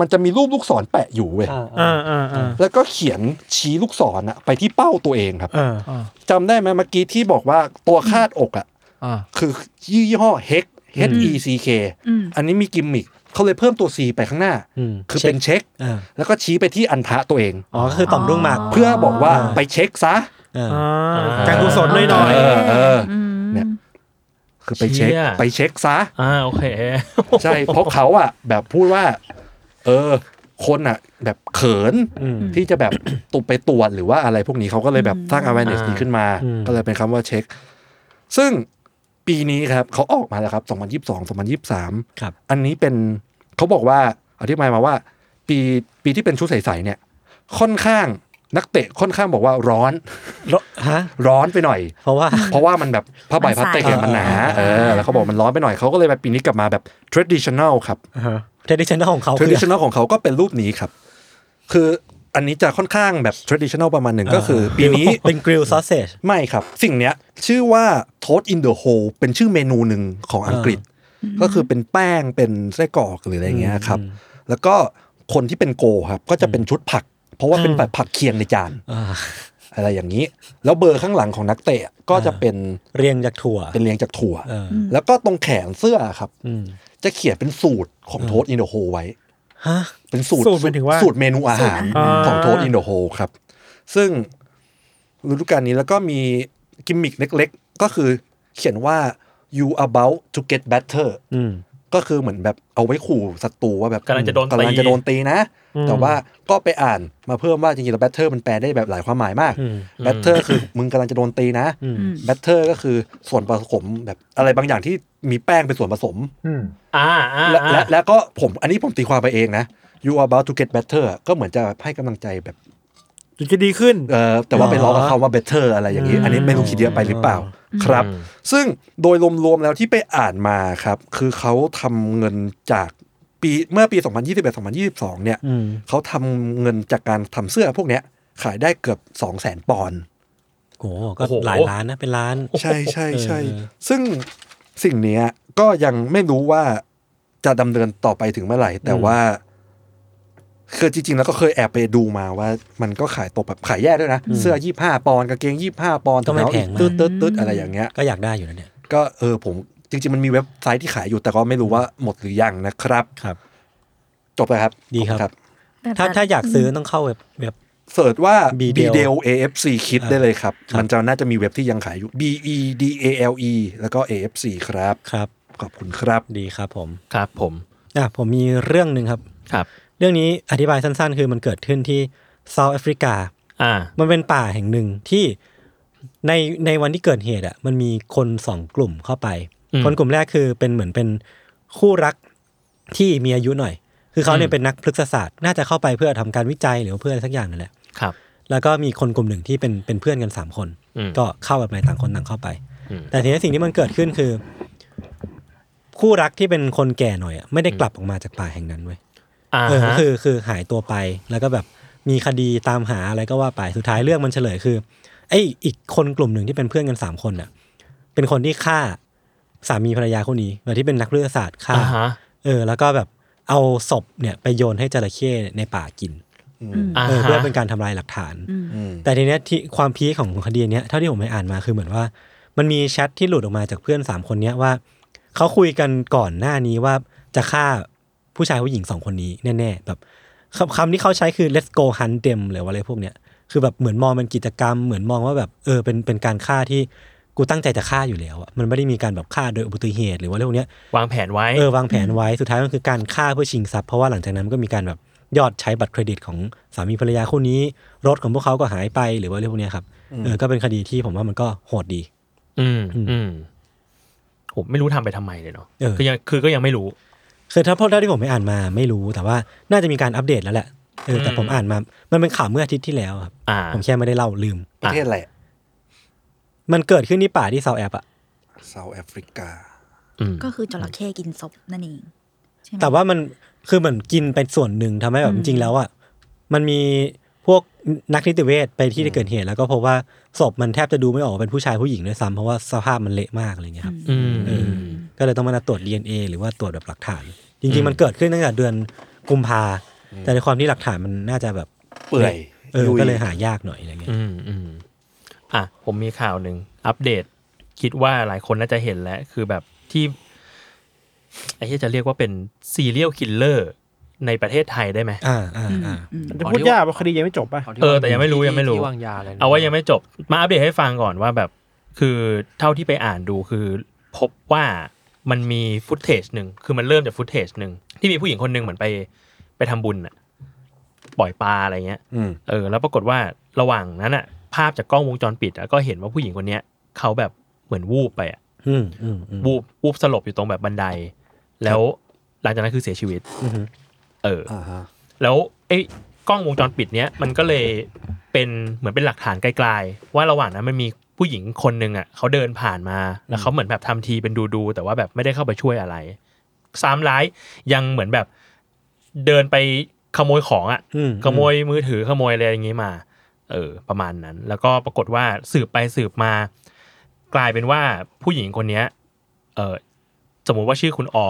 [SPEAKER 5] มันจะมีรูปลูกศรแปะอยู่เว้ย
[SPEAKER 2] อ่า
[SPEAKER 7] อ่าอ่าอ่า
[SPEAKER 5] แล้วก็เขียนชี้ลูกศรอะไปที่เป้าตัวเองครับ
[SPEAKER 2] อ่า
[SPEAKER 5] จำได้ไหมเมื่อกี้ที่บอกว่าตัวคาดอกอะ
[SPEAKER 4] อ่า
[SPEAKER 5] คือยี่ห้อ h e c H E C K
[SPEAKER 6] อืม
[SPEAKER 5] อันนี้มีกิมมิคเขาเลยเพิ่มตัว C ไปข้างหน้า
[SPEAKER 2] อืม
[SPEAKER 5] คือเป็นเช็ค
[SPEAKER 2] อ่า
[SPEAKER 5] แล้วก็ชี้ไปที่อันทะตัวเอง
[SPEAKER 2] อ๋อก็คือต่อมรุ่งหมาก
[SPEAKER 5] เพื่อบอกว่าไปเช็คซะ
[SPEAKER 2] อ่า
[SPEAKER 7] อ่า
[SPEAKER 3] อ่า
[SPEAKER 7] การกุศลหน่อย
[SPEAKER 5] เออเออ
[SPEAKER 6] ม
[SPEAKER 5] เนี่ย คือไปเช็ค
[SPEAKER 3] เชี่ย
[SPEAKER 5] ไปเช็คซะ
[SPEAKER 3] อ่าโอเค
[SPEAKER 5] ใช่ เพราะเขาอะแบบพูดว่า เออ คนอะแบบเขิน
[SPEAKER 2] อืม
[SPEAKER 5] ที่จะแบบตุบไปตรวจหรือว่าอะไรพวกนี้เขาก็เลยแบบสร้าง awareness
[SPEAKER 3] อ่า
[SPEAKER 5] นี้ขึ้นมา
[SPEAKER 2] อืม
[SPEAKER 5] ก็เลยเป็นคำว่าเช็ค ซึ่งปีนี้ครับ เขาออกมาแล้วครับ 2022 2023
[SPEAKER 2] ครับ
[SPEAKER 5] อันนี้เป็นเขาบอกว่าอธิบายมาว่า ปีปีที่เป็นชุดใสๆเนี่ย ค่อนข้างนักเตะค่อนข้างบอกว่าร้อน
[SPEAKER 2] รถฮะ
[SPEAKER 5] ร้อนไปหน่อย
[SPEAKER 2] เพราะว่า
[SPEAKER 5] เพราะว่ามันแบบผ้าใบพลาสติกอะมันหนาเออแล้วเขาบอกมันร้อนไปหน่อยเขาก็เลยแบบปีนี้กลับมาแบบ traditional ครับ
[SPEAKER 2] t r a d i t i o n a l ของเขาคือ
[SPEAKER 5] traditional ของเขาก็เป็นรูปนี้ครับ คืออันนี้จะค่อนข้างแบบ traditional ประมาณหนึ่งก็คือปีนี้
[SPEAKER 2] เป็นกริลซอสเซจ
[SPEAKER 5] ไม่ครับ สิ่งเนี้ยชื่อว่า toast in the hole เป็นชื่อเมนูหนึ่งของอังกฤษ ก็คือเป็นแป้งเป็นไส้กรอกหรืออะไรเงี้ยครับ แล้วก็คนที่เป็นโกครับ ก็จะเป็นชุดผัก เพราะว่าเป็นแบบผักเคียงในจาน
[SPEAKER 2] อ่า
[SPEAKER 5] อะไรอย่างนี้ แล้วเบอร์ข้างหลังของนักเตะก็จะเป็น
[SPEAKER 2] เรียงจากถั่ว
[SPEAKER 5] เป็นเรียงจากถั่ว
[SPEAKER 2] เออ
[SPEAKER 5] แล้วก็ตรงแขนเสื้อครับ
[SPEAKER 2] อืม
[SPEAKER 5] จะเขียนเป็นสูตรของโทสอินโดโฮไว้
[SPEAKER 2] ฮะ
[SPEAKER 5] เป็นสูตร
[SPEAKER 7] สูตรหมายถึงว่า
[SPEAKER 5] สูตรเมนูอาหาร
[SPEAKER 7] อ่า
[SPEAKER 5] ของโทสอินโดโฮครับ ซึ่งฤดูกาลนี้แล้วก็มีกิมมิคเล็กๆ ก็คือเขียนว่า you about to get better
[SPEAKER 2] อืม
[SPEAKER 5] ก็คือเหมือนแบบเอาไว้ขู่ศัตรูว่าแบบ
[SPEAKER 3] กำลังจะโดนตี
[SPEAKER 5] กำลังจะโดนตีนะ แต่ว่าก็ไปอ่านมาเพิ่มว่าจริงๆแล้ว better มันแปลได้แบบหลายความหมายมาก
[SPEAKER 2] อืม
[SPEAKER 5] better คือมึงกำลังจะโดนตีนะ
[SPEAKER 2] อืม
[SPEAKER 5] better ก็คือส่วนผสมแบบอะไรบางอย่างที่มีแป้งเป็นส่วนผสม
[SPEAKER 3] อ่าอ่า
[SPEAKER 5] และ
[SPEAKER 3] อ่า
[SPEAKER 5] และแล้วก็ผมอันนี้ผมตีความไปเองนะ you are about to get better ก็เหมือนจะให้กำลังใจแบบ
[SPEAKER 7] ๆถึงจะดีขึ้น
[SPEAKER 5] เออแต่ว่าไป
[SPEAKER 2] อ๋
[SPEAKER 5] ล้
[SPEAKER 2] อ
[SPEAKER 5] อกับคำว่า better อะไรอย่างนี้ อันนี้ไม่รู้คิดเยอะไปหรือเปล่าครับ ซึ่งโดยรวมๆแล้วที่ไปอ่านมาครับ คือเขาทำเงินจากปีเมื่อปี 2021-2022 เนี่ย
[SPEAKER 2] อืม
[SPEAKER 5] เขาทำเงินจากการทำเสื้อพวกเนี้ยขายได้เกือบ 200,000 ปอนด์
[SPEAKER 2] โหก็หลายล้านนะเป็นล้าน
[SPEAKER 5] ใช่ใช่ใช่
[SPEAKER 2] เออ
[SPEAKER 5] ซึ่งสิ่งเนี้ยก็ยังไม่รู้ว่าจะดำเนินต่อไปถึงเมื่อไหร่ แต่ว่าคือจริงๆ แล้วก็เคยแอบไปดูมาว่า มันก็ขายตกแบบขายแย่ด้วยนะ เสื้อยี่ห้าปอนด์กางเกงยี่ห้าปอนด์
[SPEAKER 2] ก็ไม่
[SPEAKER 5] ถุเท้า
[SPEAKER 2] แพงมาก
[SPEAKER 5] ตึ๊ดตึ๊ดตึ๊ดอะไรอย่างเงี้ย
[SPEAKER 2] ก็อยากได้อยู่นะเนี่ย
[SPEAKER 5] ก็เออผมจริง ๆ มันมีเว็บไซต์ที่ขายอยู่แต่ก็ไม่รู้ว่าหมดหรือยังนะครับ
[SPEAKER 2] ครับ
[SPEAKER 5] จบแล้วครับ
[SPEAKER 2] ดีครับ
[SPEAKER 5] ขอณ
[SPEAKER 6] แต่
[SPEAKER 2] ถ้าถ้าอยากซื้อต้องเข้าเว็บเว็บ
[SPEAKER 5] เสิร์ชว่า b
[SPEAKER 2] BDL
[SPEAKER 5] d l AFC คิดได้เลยครับ มันจะน่าจะมีเว็บที่ยังขายอยู่ B E D A L E แล้วก็ AFC ครับ
[SPEAKER 2] ครับ
[SPEAKER 5] ขอบคุณครับ
[SPEAKER 2] ดีครับผม
[SPEAKER 3] ครับผม
[SPEAKER 2] อ่ะผมมีเรื่องหนึ่งครับ
[SPEAKER 3] ครับ
[SPEAKER 2] เรื่องนี้อธิบายสั้นๆ คือมันเกิดขึ้นที่เซาท์แอฟริกา
[SPEAKER 3] อ่า
[SPEAKER 2] มันเป็นป่าแห่งหนึ่งที่ในในวันที่เกิดเหตุอ่ะมันมีคนสองกลุ่มเข้าไป
[SPEAKER 3] อืม
[SPEAKER 2] คนกลุ่มแรกคือเป็นเหมือนเป็นคู่รักที่มีอายุหน่อย คือเขาเนี่ย
[SPEAKER 3] อืม
[SPEAKER 2] เป็นนักพฤกษศาสตร์ น่าจะเข้าไปเพื่อทำการวิจัยหรือเพื่ออะไรสักอย่างนั่นแหละ
[SPEAKER 3] ครับ
[SPEAKER 2] แล้วก็มีคนกลุ่มหนึ่งที่เป็นเป็นเพื่อนกันสามคน
[SPEAKER 3] อืม
[SPEAKER 2] ก็เข้ากันไปต่างคนต่างเข้าไป
[SPEAKER 3] อืม
[SPEAKER 2] แต่ทีนี้สิ่งที่มันเกิดขึ้นคือ คู่รักที่เป็นคนแก่หน่อยอ่ะไม่ได้กลับออกมาจากป่าแห่งนั้นเว้ย
[SPEAKER 3] อ่า
[SPEAKER 2] เออ
[SPEAKER 3] ฮะ
[SPEAKER 2] คือคือหายตัวไปแล้วก็แบบมีคดีตามหาอะไรก็ว่าไปสุดท้ายเรื่องมันเฉลยคือไอ้อีกคนกลุ่มหนึ่งที่เป็นเพื่อนกันสามคนน่ะ เป็นคนที่ฆ่าสามีภรรยาคู่นี้แบบที่เป็นนักวิทยาศาสตร์ฆ่า
[SPEAKER 3] อ่าฮะ
[SPEAKER 2] เออ แล้วก็แบบเอาศพเนี่ยไปโยนให้จระเข้ในป่ากิน
[SPEAKER 3] อ่า
[SPEAKER 2] เออ
[SPEAKER 3] ฮะ
[SPEAKER 2] เพื่อเป็นการทำลายหลักฐาน แต่ทีเนี้ยที่ความพีคของคดีเนี้ยเท่าที่ผมไปอ่านมาคือเหมือนว่า มันมีแชทที่หลุดออกมาจากเพื่อนสามคนเนี้ยว่าเขาคุยกันก่อนหน้านี้ว่าจะฆ่าผู้ชายผู้หญิงสองคนนี้แน่ๆแบบคำคำที่เขาใช้คือ let's go hunt them หรือว่าอะไรพวกเนี้ยคือแบบเหมือนมองเป็นกิจกรรมเหมือนมองว่าแบบเออเป็นเป็นการฆ่าที่กูตั้งใจจะฆ่าอยู่แล้วอะมันไม่ได้มีการแบบฆ่าโดยอุบัติเหตุหรือว่าอะไรพวกเนี้ยว
[SPEAKER 3] างแผนไว้
[SPEAKER 2] เออวางแผนไว้สุดท้ายมันคือการฆ่าเพื่อชิงทรัพย์เพราะว่าหลังจากนั้นมันก็มีการแบบยอดใช้บัตรเครดิตของสามีภรรยาคู่นี้ รถของพวกเขาก็หายไปหรือว่าอะไรพวกเนี้ยครับเออก็เป็นคดีที่ผมว่ามันก็โหดดี
[SPEAKER 3] อืมอืมผมไม่รู้ทำไปทำไมเลยเนาะ
[SPEAKER 2] เออ
[SPEAKER 3] คือยังคือก็ยังไม่รู้
[SPEAKER 2] คือถ้าพอเท่าที่ผมไม่อ่านมาไม่รู้แต่ว่าน่าจะมีการอัปเดตแล้วแหละเออแต่ผมอ่านมา มันเป็นข่าวเมื่ออาทิตย์ที่แล้วครับ
[SPEAKER 3] อ่า
[SPEAKER 2] ผมแค่ไม่ได้เล่าลืม
[SPEAKER 5] ประเทศอะไร
[SPEAKER 2] มันเกิดขึ้นที่ป่าที่เซาแอบอะ
[SPEAKER 5] เซาท์แอฟริกา
[SPEAKER 3] อืม
[SPEAKER 6] ก็คือจระเข้กินศพนั่นเองใช่ไหม
[SPEAKER 2] แต่ว่ามันคือเหมือนกินไปส่วนหนึ่งทำให้แบบ
[SPEAKER 6] อื
[SPEAKER 2] จ
[SPEAKER 6] ม
[SPEAKER 2] ริงๆแล้วอะมันมีพวกนักนิติเวชไปที่ที่เกิดเหตุแล้วก็พบว่าศพมันแทบจะดูไม่ออกว่าเป็นผู้ชายผู้หญิงด้วยซ้ำเพราะว่าสภาพมันเละมากอะไรเงี้ยครับ
[SPEAKER 3] อืม
[SPEAKER 2] เอ
[SPEAKER 3] อื
[SPEAKER 2] อ
[SPEAKER 3] ม
[SPEAKER 2] ก็เลยต้องมาตรวจ DNA หรือว่าตรวจแบบหลักฐาน จริงๆ มันเกิดขึ้นตั้งแต่เดือนกุมภาแต่ในความที่หลักฐานมันน่าจะแบบ
[SPEAKER 5] เปื่อย
[SPEAKER 2] เออ
[SPEAKER 5] ยุ่ย
[SPEAKER 2] ก็เลยหายากหน่อยอะไรเงี้ย
[SPEAKER 3] อืมอืมอ่ะผมมีข่าวหนึ่งอัปเดต คิดว่าหลายคนน่าจะเห็นแล้วคือแบบที่ไอ้ที่จะเรียกว่าเป็นซีเรียลคิลเลอร์ในประเทศไทยได้ไหม
[SPEAKER 2] อ่าอ่าอ่า
[SPEAKER 4] จะพูดยากว่าคดียังไม่จบป่ะ
[SPEAKER 8] ขที่
[SPEAKER 3] เออแต่ยังไม่รู้ยังไม่รู้
[SPEAKER 8] ที่วางยาอะไรนะ
[SPEAKER 3] เอาว่ายังไม่จบ มาอัปเดตให้ฟังก่อนว่าแบบ คือเท่าที่ไปอ่านดูคือ พบว่ามันมีฟุตเทจหนึ่งคือมันเริ่มจากฟุตเทจหนึ่งที่มีผู้หญิงคนหนึ่งเหมือนไปไปทำบุญอะปล่อยปลาอะไรเงี้ย
[SPEAKER 5] อืม
[SPEAKER 3] เออแล้วปรากฏว่าระหว่างนั้นอะภาพจากกล้องวงจรปิดอะก็เห็นว่าผู้หญิงคนเนี้ยเขาแบบเหมือนวูบไปอะ
[SPEAKER 2] อืมอืมอืม
[SPEAKER 3] วูบวูบสลบอยู่ตรงแบบบันได แล้วหลังจากนั้นคือเสียชีวิต
[SPEAKER 2] อือฮึ
[SPEAKER 3] เออ
[SPEAKER 5] อ่าฮะ
[SPEAKER 3] แล้วไอ้กล้องวงจรปิดเนี้ยมันก็เลยเป็นเหมือนเป็นหลักฐานไกลๆ ว่าระหว่างนั้นมันมีผู้หญิงคนหนึ่งอ่ะเขาเดินผ่านมาแล้วเขาเหมือนแบบทำทีเป็นดูๆแต่ว่าแบบไม่ได้เข้าไปช่วยอะไรซ้ำร้ายยังเหมือนแบบเดินไปขโมยของอ่ะ
[SPEAKER 2] อืม
[SPEAKER 3] ขโมยมือถือขโมยอะไรอย่างงี้มา เออ ประมาณนั้น แล้วก็ปรากฏว่าสืบไปสืบมา กลายเป็นว่าผู้หญิงคนเนี้ย เออสมมุติว่าชื่อคุณออ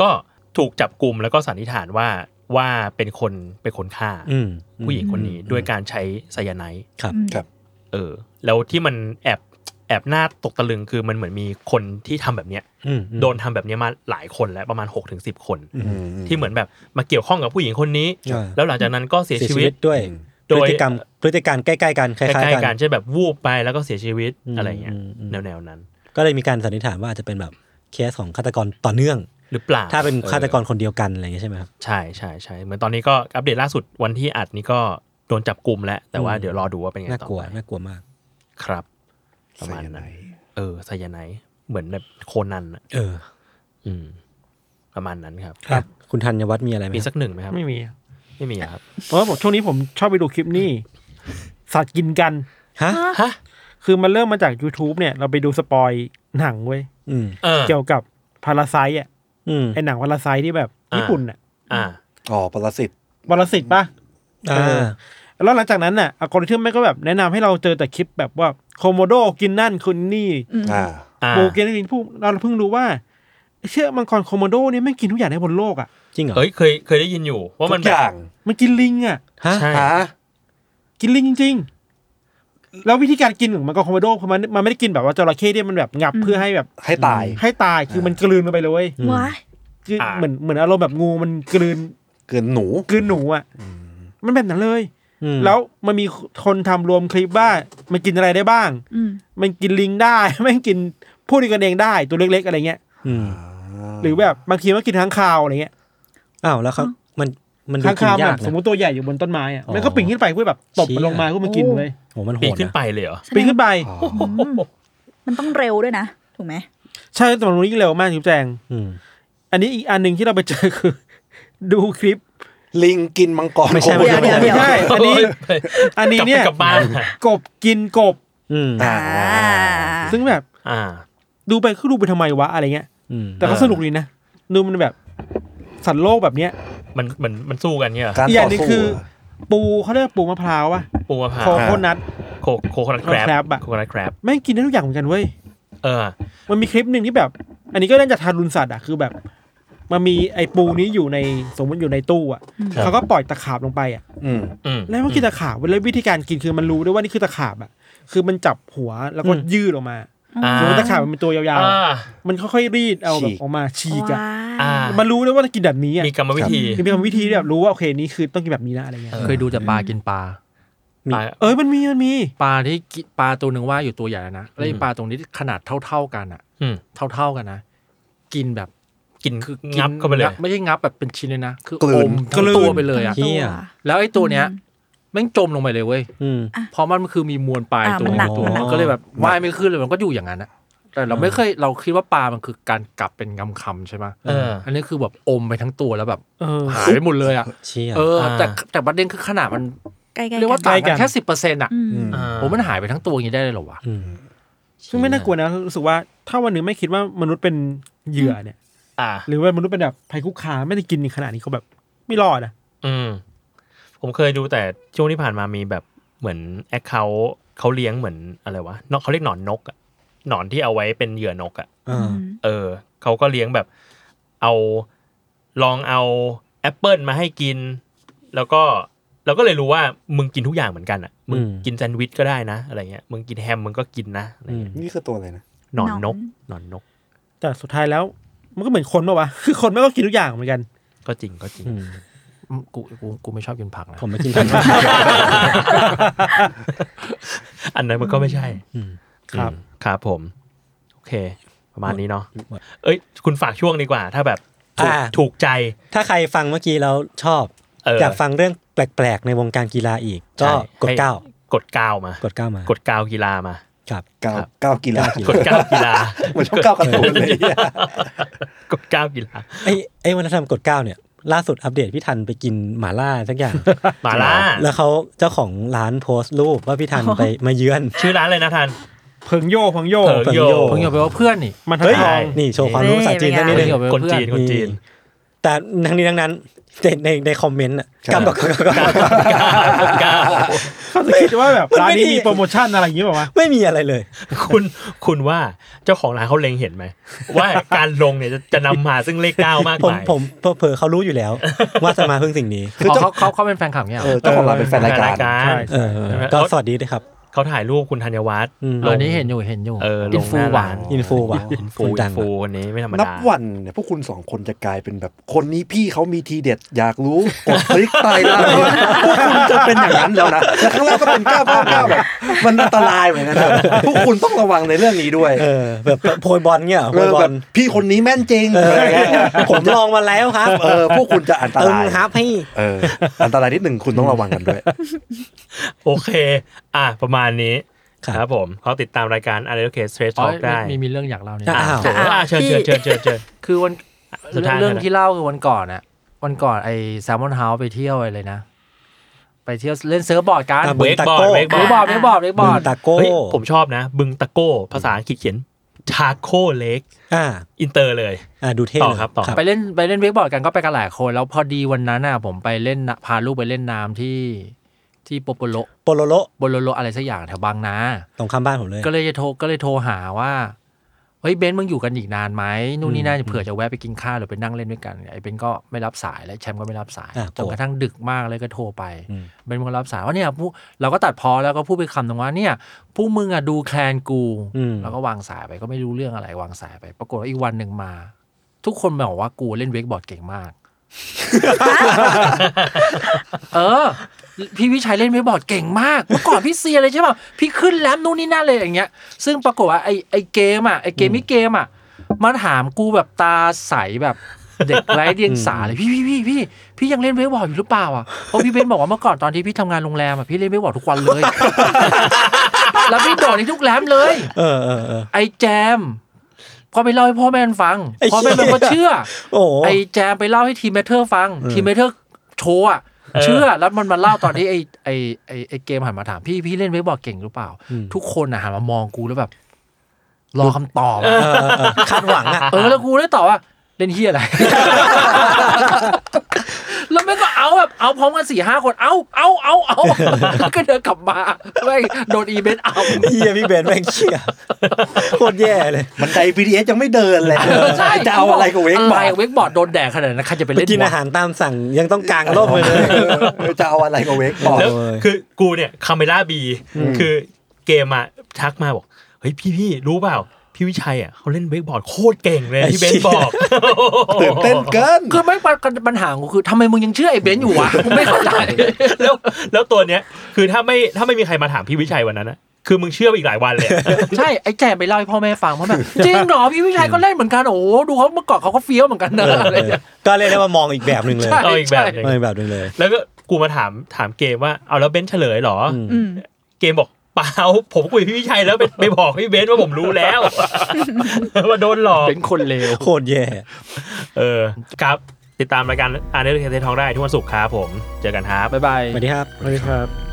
[SPEAKER 3] ก็ถูกจับกลุ่มแล้วก็สันนิษฐานว่าว่าเป็นคนเป็นคนฆ่า
[SPEAKER 2] อืม
[SPEAKER 3] ผู้หญิงคนนี้ด้วยการใช้ไซยาไนด์
[SPEAKER 2] ครับ
[SPEAKER 5] ครับ
[SPEAKER 3] เออ แล้วที่มันแอบแอบหน้าตกตะลึงคือมันเหมือนมีคนที่ทำแบบเนี้ย
[SPEAKER 2] อืมอืม
[SPEAKER 3] โดนทำแบบเนี้ยมาหลายคนแล้วประมาณ6กถึงสิคน
[SPEAKER 5] อืม
[SPEAKER 3] ที่เหมือนแบบมาเกี่ยวข้องกับผู้หญิงคนนี้
[SPEAKER 2] อ่า
[SPEAKER 3] แล้วหลังจากนั้นก็เสีย
[SPEAKER 2] เสีย
[SPEAKER 3] ชี
[SPEAKER 2] ชี
[SPEAKER 3] วิ
[SPEAKER 2] วิ
[SPEAKER 3] ต
[SPEAKER 2] ตด้วย
[SPEAKER 3] โดย
[SPEAKER 2] พฤติกรรมพฤติการใกล้ๆกันค
[SPEAKER 3] ค
[SPEAKER 2] ล้าย
[SPEAKER 3] ล้ายๆ
[SPEAKER 2] ๆ
[SPEAKER 3] กั
[SPEAKER 2] กัน น
[SPEAKER 3] ใช่แบบวูบไปแล้วก็เสียชีวิต
[SPEAKER 2] อืม
[SPEAKER 3] อะไรเงี้ย
[SPEAKER 2] อืมอืม
[SPEAKER 3] แนวๆนั้น
[SPEAKER 2] ก็เลยมีการสันนิษฐานว่าอาจจะเป็นแบบเคสของฆาตกรต่อเนื่อง
[SPEAKER 3] หรือเปล่า
[SPEAKER 2] ถ้าเป็นฆาตกร
[SPEAKER 3] ออ
[SPEAKER 2] คนเดียวกันอะไรเงี้ยใช่ไหมครับ
[SPEAKER 3] ใช่ใช่ใช่เหมือนตอนนี้ก็อัปเดตล่าสุดวันที่อัดนี้ก็โดนจับกลุ่มแล้วแต่ว่า
[SPEAKER 2] อืม
[SPEAKER 3] เดี๋ยวรอดูว่าเป็นไง
[SPEAKER 2] น่า
[SPEAKER 3] ต่อก
[SPEAKER 2] ลัว
[SPEAKER 3] ไป
[SPEAKER 2] น่ากลัวมาก
[SPEAKER 3] ครับ ประมาณนั้นเออไซยาไนด์เหมือนแบบโคนันอะ
[SPEAKER 2] เออ
[SPEAKER 3] อืม ประมาณนั้นครับ
[SPEAKER 2] ครับ คุณธัญวัฒน์มีอะไรไหม
[SPEAKER 3] มี
[SPEAKER 2] ครับ
[SPEAKER 3] สักหนึ่งไหมครับ
[SPEAKER 4] ไม่มี
[SPEAKER 3] ไม่มีอะครับ
[SPEAKER 4] เพราะว่าผมช่วงนี้ผมชอบไปดูคลิปนี่ สัตว์กินกัน
[SPEAKER 3] ฮะ
[SPEAKER 4] คือมันเริ่มมาจาก YouTube เนี่ย เราไปดูสปอยหนังเว้ย
[SPEAKER 2] อืม
[SPEAKER 3] เออ
[SPEAKER 4] เกี่ยวกับพาราไซอ่ะ
[SPEAKER 2] อืม
[SPEAKER 4] ไอหนังพาราไซที่แบบ
[SPEAKER 3] อ่า
[SPEAKER 4] ญี่ปุ่นอ่ะ
[SPEAKER 3] อ่า
[SPEAKER 5] อ๋อปรสิต
[SPEAKER 4] วรสิทธิ์ปะ
[SPEAKER 2] อ่า
[SPEAKER 4] เออ แล้วหลังจากนั้นน่ะอัลกอริทึมแม่งก็แบบแนะนำให้เราเจอแต่คลิปแบบว่าโคโมโดกินนั่นคุณนี่
[SPEAKER 5] อ่า
[SPEAKER 3] อ่า
[SPEAKER 4] ปูกินนี่นผู้เราเพิ่งรู้ว่าเชื่อมังกรโคโมโดเนี่ยแม่งกินทุกอย่างในบนโลกอ่ะ
[SPEAKER 2] จริงเหรอ
[SPEAKER 3] เอ้ยเคยเคยได้ยินอยู่ว่ามัน
[SPEAKER 5] ทุกอ
[SPEAKER 3] แบ
[SPEAKER 5] บ ย่าง
[SPEAKER 4] มันกินลิงอ่ะ
[SPEAKER 2] ฮะ
[SPEAKER 3] ใช่
[SPEAKER 5] หา
[SPEAKER 4] กินลิงจริง ๆ แล้ววิธีการกินของมังกรโคโมโดคือมันมันไม่ได้กินแบบว่าจระเข้ที่มันแบบงับเพื่อให้แบบ
[SPEAKER 5] ให้ตาย
[SPEAKER 4] ให้ตายคือมันกลืนมันไปเลยเว้ย
[SPEAKER 6] ว้า
[SPEAKER 4] คืออา เหมือนเหมือนอารมณ์แบบงูมันกลืน
[SPEAKER 5] เกินหนู
[SPEAKER 4] กลืนหนูอ่ะมันแบบนั้นเลย
[SPEAKER 2] อืม
[SPEAKER 4] แล้วมันมีคนทำรวมคลิปว่ามันกินอะไรได้บ้าง
[SPEAKER 6] อืม
[SPEAKER 4] มันกินลิงได้ มันกินพูดกันเองได้ตัวเล็กๆอะไรเงี้ย
[SPEAKER 2] อืม
[SPEAKER 4] หรือแบบบางทีมันกินค้างคาวอะไรเงี้ย
[SPEAKER 2] อ้าวแล้วเขามันมันดู
[SPEAKER 4] ค้าง
[SPEAKER 2] กิ
[SPEAKER 4] คาน วย
[SPEAKER 2] า
[SPEAKER 4] แบ
[SPEAKER 2] ก
[SPEAKER 4] บ
[SPEAKER 2] นะ
[SPEAKER 4] สมมติตัวใหญ่อยู่บนต้นไม้อะ
[SPEAKER 2] อ๋อ
[SPEAKER 4] มันก็ปีนขึ้นไปเพื่อแบบตบมัน
[SPEAKER 2] เชี่ย
[SPEAKER 4] ลงมาเพื่อมากิน
[SPEAKER 6] โอ้
[SPEAKER 4] เลย
[SPEAKER 2] โหมันโห
[SPEAKER 3] ปีน
[SPEAKER 2] ด
[SPEAKER 3] ขึ้น
[SPEAKER 2] นะ
[SPEAKER 3] ไปเลยเหรอ
[SPEAKER 4] ปีนขึ้นไป
[SPEAKER 6] มันต้องเร็วด้วยนะ ถูกไหม
[SPEAKER 4] ใช่แต่มันวิ่งเร็วมากจุ๊บแจง
[SPEAKER 2] อืม
[SPEAKER 4] อันนี้อีกอันหนึ่งที่เราไปเจอคือ ดูคลิป
[SPEAKER 5] ลิงกินมังกร
[SPEAKER 2] ไม่ใช่
[SPEAKER 5] โอ้
[SPEAKER 2] ไม่
[SPEAKER 5] โห
[SPEAKER 2] ใช่ไม่ใช่
[SPEAKER 4] เดี๋ยว ใช่อันนี้
[SPEAKER 3] โย
[SPEAKER 4] อันนี้เนี่ย
[SPEAKER 3] กลับไปกลับมาน
[SPEAKER 4] กบกินกบ
[SPEAKER 2] อืม
[SPEAKER 5] อ่า
[SPEAKER 4] ซึ่งแบบ
[SPEAKER 3] อ่า
[SPEAKER 4] ดูไปคือดูไปทำไมวะอะไรเงี้ย
[SPEAKER 2] อืม
[SPEAKER 4] แต่ก็สนุกดีนะดูมันแบบสัตว์โลกแบบเนี้ย
[SPEAKER 3] มันมันมันสู้กันเนี่ยเหรอ
[SPEAKER 5] การ
[SPEAKER 7] อีกอ
[SPEAKER 5] ต่
[SPEAKER 7] ย่า
[SPEAKER 5] อง
[SPEAKER 7] หนึง
[SPEAKER 5] สู้
[SPEAKER 7] คือ
[SPEAKER 5] อะ
[SPEAKER 7] ปูเขาเรียกว่าปูมะพร้าวอะ
[SPEAKER 3] ปูมะพร้า
[SPEAKER 7] โคว โคนัท
[SPEAKER 3] โคโคโคนัทแคร
[SPEAKER 7] โคโคนัทแคร็
[SPEAKER 3] บบ
[SPEAKER 7] อะ
[SPEAKER 3] โคโคนัทแครบ
[SPEAKER 7] แม่งกินได้ทุกอย่างเหมือนกันเว้ย
[SPEAKER 3] เออ
[SPEAKER 7] มันมีคลิปหนึ่งที่แบบ อันนี้ก็น่าจะทารุณสัตว์อะคือแบบ มันมีไอ้ปูนี้อยู่ในสมมติอยู่ในตู้อะ
[SPEAKER 3] ครับ
[SPEAKER 7] เขาก็ปล่อยตะขาบลงไปอะ
[SPEAKER 5] อืม
[SPEAKER 3] อืม
[SPEAKER 7] แล้วมันกินตะขาบแล้ววิธีการกินคือมันรู้ด้วยว่านี่คือตะขาบอะคือมันจับหัวแล้วก็ยืดออกมา
[SPEAKER 3] อ่า
[SPEAKER 7] สมมติตะขาบมันเป็นตัวยาว
[SPEAKER 3] อ่า
[SPEAKER 7] ๆ มันค่อยๆรีดเอาแบ
[SPEAKER 5] ฉี
[SPEAKER 7] บ
[SPEAKER 5] ก
[SPEAKER 7] ออกมาฉีกอะ
[SPEAKER 3] อ่า
[SPEAKER 7] มันรู้ด้วยว่าจะกินแบบนี้อะ
[SPEAKER 3] มีกรรมวิธี
[SPEAKER 7] มันมีวิธีที่แบบรู้ว่าโอเคนี้คือต้องกินแบบนี้นะอะไรเงี้ย
[SPEAKER 4] เคยดูแต่ปลากินปลา
[SPEAKER 2] มี
[SPEAKER 3] อ่า
[SPEAKER 7] เอ้ยมันมีมันมี
[SPEAKER 4] ปลาที่กิปลาตัวหนึ่งว่าอยู่ตัวใหญ่แล้วนะแล้วไอ้
[SPEAKER 3] อืม
[SPEAKER 4] ปลาตรงนี้ขนาดเท่า ๆกันอ่ะ
[SPEAKER 3] อืม
[SPEAKER 4] เท่าๆกันนะกินแบบ
[SPEAKER 3] กินคื
[SPEAKER 4] คือ อ
[SPEAKER 3] งับเข้าไปเลย
[SPEAKER 4] งับไม่ใช่งับแบบเป็นชิ้นเลยนะ คือก
[SPEAKER 5] ลื
[SPEAKER 4] อน มทั้
[SPEAKER 7] ก
[SPEAKER 4] ง
[SPEAKER 7] ลืน
[SPEAKER 4] ตัวไปเลยอ่ะ
[SPEAKER 2] เหี้ย
[SPEAKER 4] แล้วไอ้ตัวเนี้ยแม่งจมลงไปเลยเว้ย
[SPEAKER 2] อืม
[SPEAKER 4] เพราะมันคือมีมวลปลาย
[SPEAKER 6] อ่า
[SPEAKER 4] ตัว
[SPEAKER 6] มันหนัก
[SPEAKER 4] ตัว
[SPEAKER 6] มันหนัก
[SPEAKER 4] ก็เลยแบบว่ายไม่ขึ้นเลยมันก็อยู่อย่างนั้นอะแต่เราไม่เคยเราคิดว่าปลามันคือการกลับเป็นงำคำใช่ไหม
[SPEAKER 3] เอออั
[SPEAKER 4] นนี้คือแบบอมไปทั้งตัวแล้วแบบ
[SPEAKER 7] เออ
[SPEAKER 4] หายไปหมดเลยอ่ะ
[SPEAKER 2] เชี่ย
[SPEAKER 4] เออ
[SPEAKER 3] อ่า
[SPEAKER 4] แต่แต่ประเด็นคือขนาดมัน
[SPEAKER 6] ใกล้ๆ
[SPEAKER 4] เรียกว่า
[SPEAKER 6] กัน
[SPEAKER 4] ต่าง
[SPEAKER 7] ใกล้กั
[SPEAKER 4] กัน นแค่สิบเปอร์เซ็นต์อ่ะ
[SPEAKER 6] อืม
[SPEAKER 3] อ่า
[SPEAKER 4] ผมมันหายไปทั้งตัวอย่างนี้ได้เลยเหรอวะ
[SPEAKER 2] อืม
[SPEAKER 7] ซึ่งไม่น่ากลัวนะรู้สึกว่าถ้าวันหนึ่งไม่คิดว่ามนุษย์เป็นเหยื่อเนี่ย
[SPEAKER 3] อ่า
[SPEAKER 7] หรือว่ามนุษย์เป็นแบบภัยคุกคามไม่ได้กินขนาดนี้เขาแบบไม่รอดอ่ะ
[SPEAKER 3] อืม ผมเคยดูแต่ช่วงที่ผ่านมามีแบบเหมือนแอคเคาเขาเลี้ยงเหมือนอะไรวะนกเขาเรียกหนอนนกอะหนอนที่เอาไว้เป็นเหยื่อนกอะ
[SPEAKER 2] อ่า
[SPEAKER 3] เออเขาก็เลี้ยงแบบเอาลองเอาแอปเปิลมาให้กิน แล้วก็เราก็เลยรู้ว่ามึงกินทุกอย่างเหมือนกันอะมึงกินแซนด์วิชก็ได้นะอะไรเงี้ยมึงกินแฮมมึงก็กินนะอะไร
[SPEAKER 2] อืม
[SPEAKER 3] เงี้ย
[SPEAKER 5] นี่คือตัวอะไรนะ
[SPEAKER 3] หนอน
[SPEAKER 6] หน
[SPEAKER 3] น
[SPEAKER 6] อก น
[SPEAKER 3] หนอนนก
[SPEAKER 7] แต่สุดท้ายแล้วมันก็เหมือนคนปะวะ คือคนไม่ก็กินทุกอย่างเหมือนกัน
[SPEAKER 3] ก็จริงก็จริง
[SPEAKER 2] อืม
[SPEAKER 4] อืมกูกูกูไม่ชอบกินผักนะ
[SPEAKER 2] ผมไม่กินผัก
[SPEAKER 3] อันนั้นมันก็ไม่ใช่
[SPEAKER 2] อืม
[SPEAKER 7] ครับ
[SPEAKER 3] อืมครับผม โอเค ประมาณนี้เนาะเอ้ย คุณฝากช่วงดีกว่า ถ้าแบบถูก
[SPEAKER 2] อ่า
[SPEAKER 3] ถูกใจ
[SPEAKER 2] ถ้าใครฟังเมื่อกี้แล้วชอบ
[SPEAKER 3] เอออย
[SPEAKER 2] อากฟังเรื่องแปลกๆ ในวงการกีฬาอีก
[SPEAKER 3] ใช่
[SPEAKER 2] ก็กด
[SPEAKER 3] ให้
[SPEAKER 2] เก้าก
[SPEAKER 3] ดเก้ามาก
[SPEAKER 2] ดเก้ามาก
[SPEAKER 3] กดเก้ากีฬามา
[SPEAKER 2] ครับ
[SPEAKER 5] ก้าว
[SPEAKER 3] ครับ
[SPEAKER 5] ก้าวกีฬาก
[SPEAKER 3] ดเก้ากีฬา
[SPEAKER 5] เหมือนช่องก้าวการะตูนเลยอะ
[SPEAKER 3] กดเก้ากีฬา
[SPEAKER 2] ไอ้ไอ้วัฒนธรรมกดเก้าเนี่ย ล่าสุดอัปเดตพี่ทันไปกินหมาล่าสักอย่าง
[SPEAKER 3] หมาล่า
[SPEAKER 2] แล้วเขาเจ้าของร้านโพสต์รูปว่าพี่ทันไปมาเยือน
[SPEAKER 3] ชื่อร้านเลยนะทัน
[SPEAKER 7] เพิงโยเพิงโย
[SPEAKER 3] เพิงโย
[SPEAKER 4] เพิ่งอย่าไปว่าเพื่อนนี่
[SPEAKER 7] มันทั้ง
[SPEAKER 3] เฮ้ย
[SPEAKER 7] ทอง
[SPEAKER 2] นี่โชว์ความรู้ภาษาจีนสักนิดนึง
[SPEAKER 4] เดี๋ยวไป
[SPEAKER 3] คนจีนคนจีน
[SPEAKER 2] แต่ทั้งนี้ทั้งนั้น ในในในคอมเมนต์อะกำกับกำกับ
[SPEAKER 3] เก้า
[SPEAKER 7] เขาจะคิดว่าแบบร้านนี้มีโปรโมชั่นอะไรอย่างงี้ป่าวะ
[SPEAKER 2] ไม่มีอะไรเลย
[SPEAKER 3] คุณคุณว่าเจ้าของร้านเขาเล็งเห็นไหม ว่าการลงเนี่ยจะจะนำมาซึ่งเลขเก้ามาก
[SPEAKER 2] ผม
[SPEAKER 3] มาย
[SPEAKER 2] ผมเผลอๆเขารู้อยู่แล้ว ว่าจะมาเพิ่งสิ่งนี้
[SPEAKER 5] คือ
[SPEAKER 4] อ๋อ
[SPEAKER 5] เจ้า
[SPEAKER 4] เขาเขาเขาเป็นแฟนคลับเนี่ยเหร
[SPEAKER 5] เอ
[SPEAKER 4] อ
[SPEAKER 5] อเจ้าของเราเป็นแฟนรายการ
[SPEAKER 3] รายการ
[SPEAKER 7] ใช่
[SPEAKER 2] เออก็สวัสดีด้วยครับ
[SPEAKER 3] เขาถ่ายรูปคุณธัญวัฒน์
[SPEAKER 2] อืม
[SPEAKER 4] เออนี่เห็นอยู่เห็นอยู่
[SPEAKER 3] เออล
[SPEAKER 4] อิ
[SPEAKER 3] ง
[SPEAKER 4] นฟู
[SPEAKER 3] น้
[SPEAKER 4] ห
[SPEAKER 3] ร้
[SPEAKER 4] วาน
[SPEAKER 2] อินฟูว่ะ
[SPEAKER 3] อินฟู
[SPEAKER 2] คน
[SPEAKER 3] อิ
[SPEAKER 2] ดั
[SPEAKER 3] น
[SPEAKER 2] ง
[SPEAKER 3] ฟูคนนี้ไม่ธรรม
[SPEAKER 5] นับ
[SPEAKER 3] ดา
[SPEAKER 5] วันเนี่ยพวกคุณสองคนจะกลายเป็นแบบ คนนี้พี่เขามีทีเด็ดอยากรู้ กดคลิกตายล่างเลยพวกคุณจะเป็นอย่างนั้นแล้วนะแล้วข้างล่างก็เป็นก้าวก้าวก้าวแบบมันอันตรายเหมือนกันนะพวกคุณต้องระวังในเรื่องนี้ด้วย
[SPEAKER 2] เออแบบโพยบอลเงี้ยเหรอโพ
[SPEAKER 5] เอย อบ
[SPEAKER 2] อ
[SPEAKER 5] แบ
[SPEAKER 2] ล
[SPEAKER 5] บพี่คนนี้แม่นจริงอะไรเงี้ย
[SPEAKER 2] ผมลองมาแล้วครับ
[SPEAKER 5] เออพวกคุณจะอันต
[SPEAKER 2] เติม
[SPEAKER 5] ราย
[SPEAKER 2] ครับให้
[SPEAKER 5] เอออันตรายนิดหนึ่งคุณต้องระวังกันด้วย
[SPEAKER 3] โอเค อ่ะ ประมาณนี้
[SPEAKER 2] ค
[SPEAKER 3] ค
[SPEAKER 2] รั
[SPEAKER 3] รับ บผมเขาติดตามรายการ u n d e r c a s e Straight
[SPEAKER 4] อ๋อ
[SPEAKER 3] Talk ได้
[SPEAKER 4] มีมีเรื่องอยากเล่าเนี่ย
[SPEAKER 2] อ่ะ
[SPEAKER 3] อ่ะ
[SPEAKER 2] ว
[SPEAKER 3] เชิญอ่ะเชิญเชิญเชิญเชิญเชิญ
[SPEAKER 4] คือวัน
[SPEAKER 3] สุดท้าย
[SPEAKER 4] เรื่อง
[SPEAKER 3] นะ
[SPEAKER 4] ที่เล่าคือวันก่อนอะวันก่อนไอ้แซมมอนเฮาส์ไปเที่ยวอะไรนะ ไปเที่ยวเล่นเซิร์ฟบอร์ดกัน
[SPEAKER 2] อ่ะ
[SPEAKER 3] เว
[SPEAKER 2] บึง
[SPEAKER 3] ก
[SPEAKER 2] ตะ
[SPEAKER 3] บอร์
[SPEAKER 2] โก้
[SPEAKER 3] ดเวกบอ
[SPEAKER 4] เว
[SPEAKER 3] ร์
[SPEAKER 4] ก
[SPEAKER 3] ด
[SPEAKER 4] บอร์ดเวกบอร์ดเวกบ
[SPEAKER 2] บึ
[SPEAKER 4] อง ร์ด
[SPEAKER 2] ตะโก้
[SPEAKER 3] เฮ้ยผมชอบนะ บึงตะโก้ ภาษาอังกฤษเขียนชาโคเล็ก
[SPEAKER 2] อ่า
[SPEAKER 3] อินเตอร์เลย
[SPEAKER 2] อ่าดูเท่
[SPEAKER 3] ต่อครับต่อ
[SPEAKER 4] ไปเล่นไปเล่นเวกบอร์ดกันก็ไปกันหลายคนแล้วพอดีวันนั้นอะผมไปเล่นน่ะพาลูกไปเล่นน้ำที่ที่โปโปโล
[SPEAKER 2] โปโลโล
[SPEAKER 4] โปโลโลอะไรสักอย่างแถวบางนา
[SPEAKER 2] ตรงข้ามบ้านผมเลย
[SPEAKER 4] ก็เลยจะโทรก็เลยโทรหาว่าเฮ้ยเบนซ์มึงอยู่กันอีกนานไหมนู่นนี่นั่นเผื่อจะแวะไปกินข้าวหรือไปนั่งเล่นด้วยกันไอ้เบนซ์ก็ไม่รับสายและแชมป์ก็ไม่รับสาย
[SPEAKER 2] อ่ะ
[SPEAKER 4] จนกระทั่งดึกมากเลยก็โทรไป
[SPEAKER 2] อืม
[SPEAKER 4] เบนซ์มึงรับสายว่าเนี่ยพวกเราก็ตัดพอแล้วก็พูดไปคำหนึงว่าเนี่ยพวกมึงอะดูแคลนกู
[SPEAKER 2] อืม
[SPEAKER 4] แล้วก็วางสายไปก็ไม่รู้เรื่องอะไรวางสายไป ปรากฏว่าอีกวันหนึ่งมา ทุกคนบอกว่ากูเล่นเวกบอร์ดเก่งมาก เออ พี่วิชัยเล่นเวกบอร์ดเก่งมาก เมื่อก่อนพี่เซียเลยใช่ป่ะพี่ขึ้นแลมนู่นนี่นั่นเลยอย่างเงี้ย ซึ่งปรากฏว่าไอไอเกมอ่ะไอเกมมิเกมอ่ะมันถามกูแบบตาใสแบบเด็ กไร้เดียงสาเลยพี่พี่พี่พี่พี่ยังเล่นเวกบอร์ดอยู่หรือเปล่าอ่ะเพราะพี่เบนบอกว่าเมื่อก่อนตอนที่พี่ ทำงานโรงแรมอ่ะพี่เล่นเวกบอร์ดทุกวันเลย แล้วพี่โดดในทุกแรมเลย
[SPEAKER 2] เออเออเออ
[SPEAKER 4] ไอแจมก็ไปเล่าให้พ่อแม่มันฟัง
[SPEAKER 2] ไอ้เหี้ย
[SPEAKER 4] พ่อแม่มันก็เชื่อ
[SPEAKER 2] โอ้โห
[SPEAKER 4] ไอแจมไปเล่าให้ทีมเมเทอร์ฟัง ทีมเมเทอร์โชว์อะเชื่อแล้วมันมาเล่าตอนที่ไอไอไอไอเกมหันมาถามพี่พี่เล่นเวบอร์ดเก่งหรือเปล่า
[SPEAKER 2] อืม
[SPEAKER 4] ทุกคนอะหันมามองกูแล้วแบบ รอคำตอบอะ
[SPEAKER 2] เออเออเออคาดหวังอ่ะ
[SPEAKER 4] เออแล้วกูได้ตอบว่า เล่นเฮียอะไร แ พร้อมกันสี่ห้าคนเอ้าเอ้าเอ้าเอ้าก็เดินกลับมาไม่งโดนอีเบนเอา
[SPEAKER 2] เฮียพี่เบนแม่งเชี่ยโคตรแย่เลย
[SPEAKER 9] มันได BTS ยังไม่เดินเลย
[SPEAKER 4] ใช่
[SPEAKER 9] จะเอาอะไรกับเวกบอ
[SPEAKER 4] อะ
[SPEAKER 9] ร์
[SPEAKER 4] ไร
[SPEAKER 9] ด
[SPEAKER 4] เวกบอร์ดโดนแดดขนาดนั้นใครจะไป
[SPEAKER 2] ไป
[SPEAKER 4] เล่น
[SPEAKER 2] กิน
[SPEAKER 4] วะ
[SPEAKER 2] อาหารตามสั่งยังต้องกางร่มเลยเลย
[SPEAKER 9] เออจะเอาอะไรกับเวกบอร์ด
[SPEAKER 3] แล้ว
[SPEAKER 2] โอ้ย
[SPEAKER 3] คือกูเนี่ยคาเมล่าบีคือเกมอะทักมาบอกเฮ้ยพี่พี่รู้เปล่า พี่วิชัยอ่ะเขาเล่นเวกบอร์ดโคตรเก่งเลยที่เบนบอก
[SPEAKER 9] ตื่นเต้นเกิน
[SPEAKER 4] คือไม่ปัญปัญหาของกูคือทำไมมึงยังเชื่อไอ้เบนซ์อยู่วะกูไม่เข้าใจ
[SPEAKER 3] แล้วแล้วตัวเนี้ยคือถ้าไม่ถ้าไม่มีใครมาถามพี่วิชัยวันนั้นนะคือมึงเชื่อไปอีกหลายวันเลยอะ
[SPEAKER 4] ใช่ไอ้แจมไปเล่าให้พ่อแม่ฟังเพราะแบบจริงเหรอพี่วิชัยก็เล่นเหมือนกันโอ้โหดูเขาเมื่อก่อนเขาก็เฟี้ยวเหมือนกันนะอะไรอย่างเงี้ย
[SPEAKER 2] ก็เรียกได้ว่ามองอีกแบบหนึ่งเลย
[SPEAKER 4] ใช่
[SPEAKER 3] เอาอีกแบบหนึ่ง
[SPEAKER 2] มองอีกแบบหนึ่งเลย
[SPEAKER 3] แล้วก็กูมาถามถามเกมว่าเอาแล้วเบนซ์เฉลยเหรออ
[SPEAKER 6] อืม
[SPEAKER 3] เกมบอกเปล่าผมคุยกับพี่วิชัยแล้วไปไปบอกพี่เบนซ์ว่าผมรู้แล้ว ว่าโดนหลอก
[SPEAKER 4] เป็นคนเลว
[SPEAKER 2] โคตรแย่
[SPEAKER 3] เออครับ ติดตามรายการอ่านเรื่องเททองได้ทุกวันศุกร์ครับผม เจอกันครับ
[SPEAKER 4] บ๊ายบาย
[SPEAKER 2] สวัสดีครับ
[SPEAKER 7] สวัสดีครับ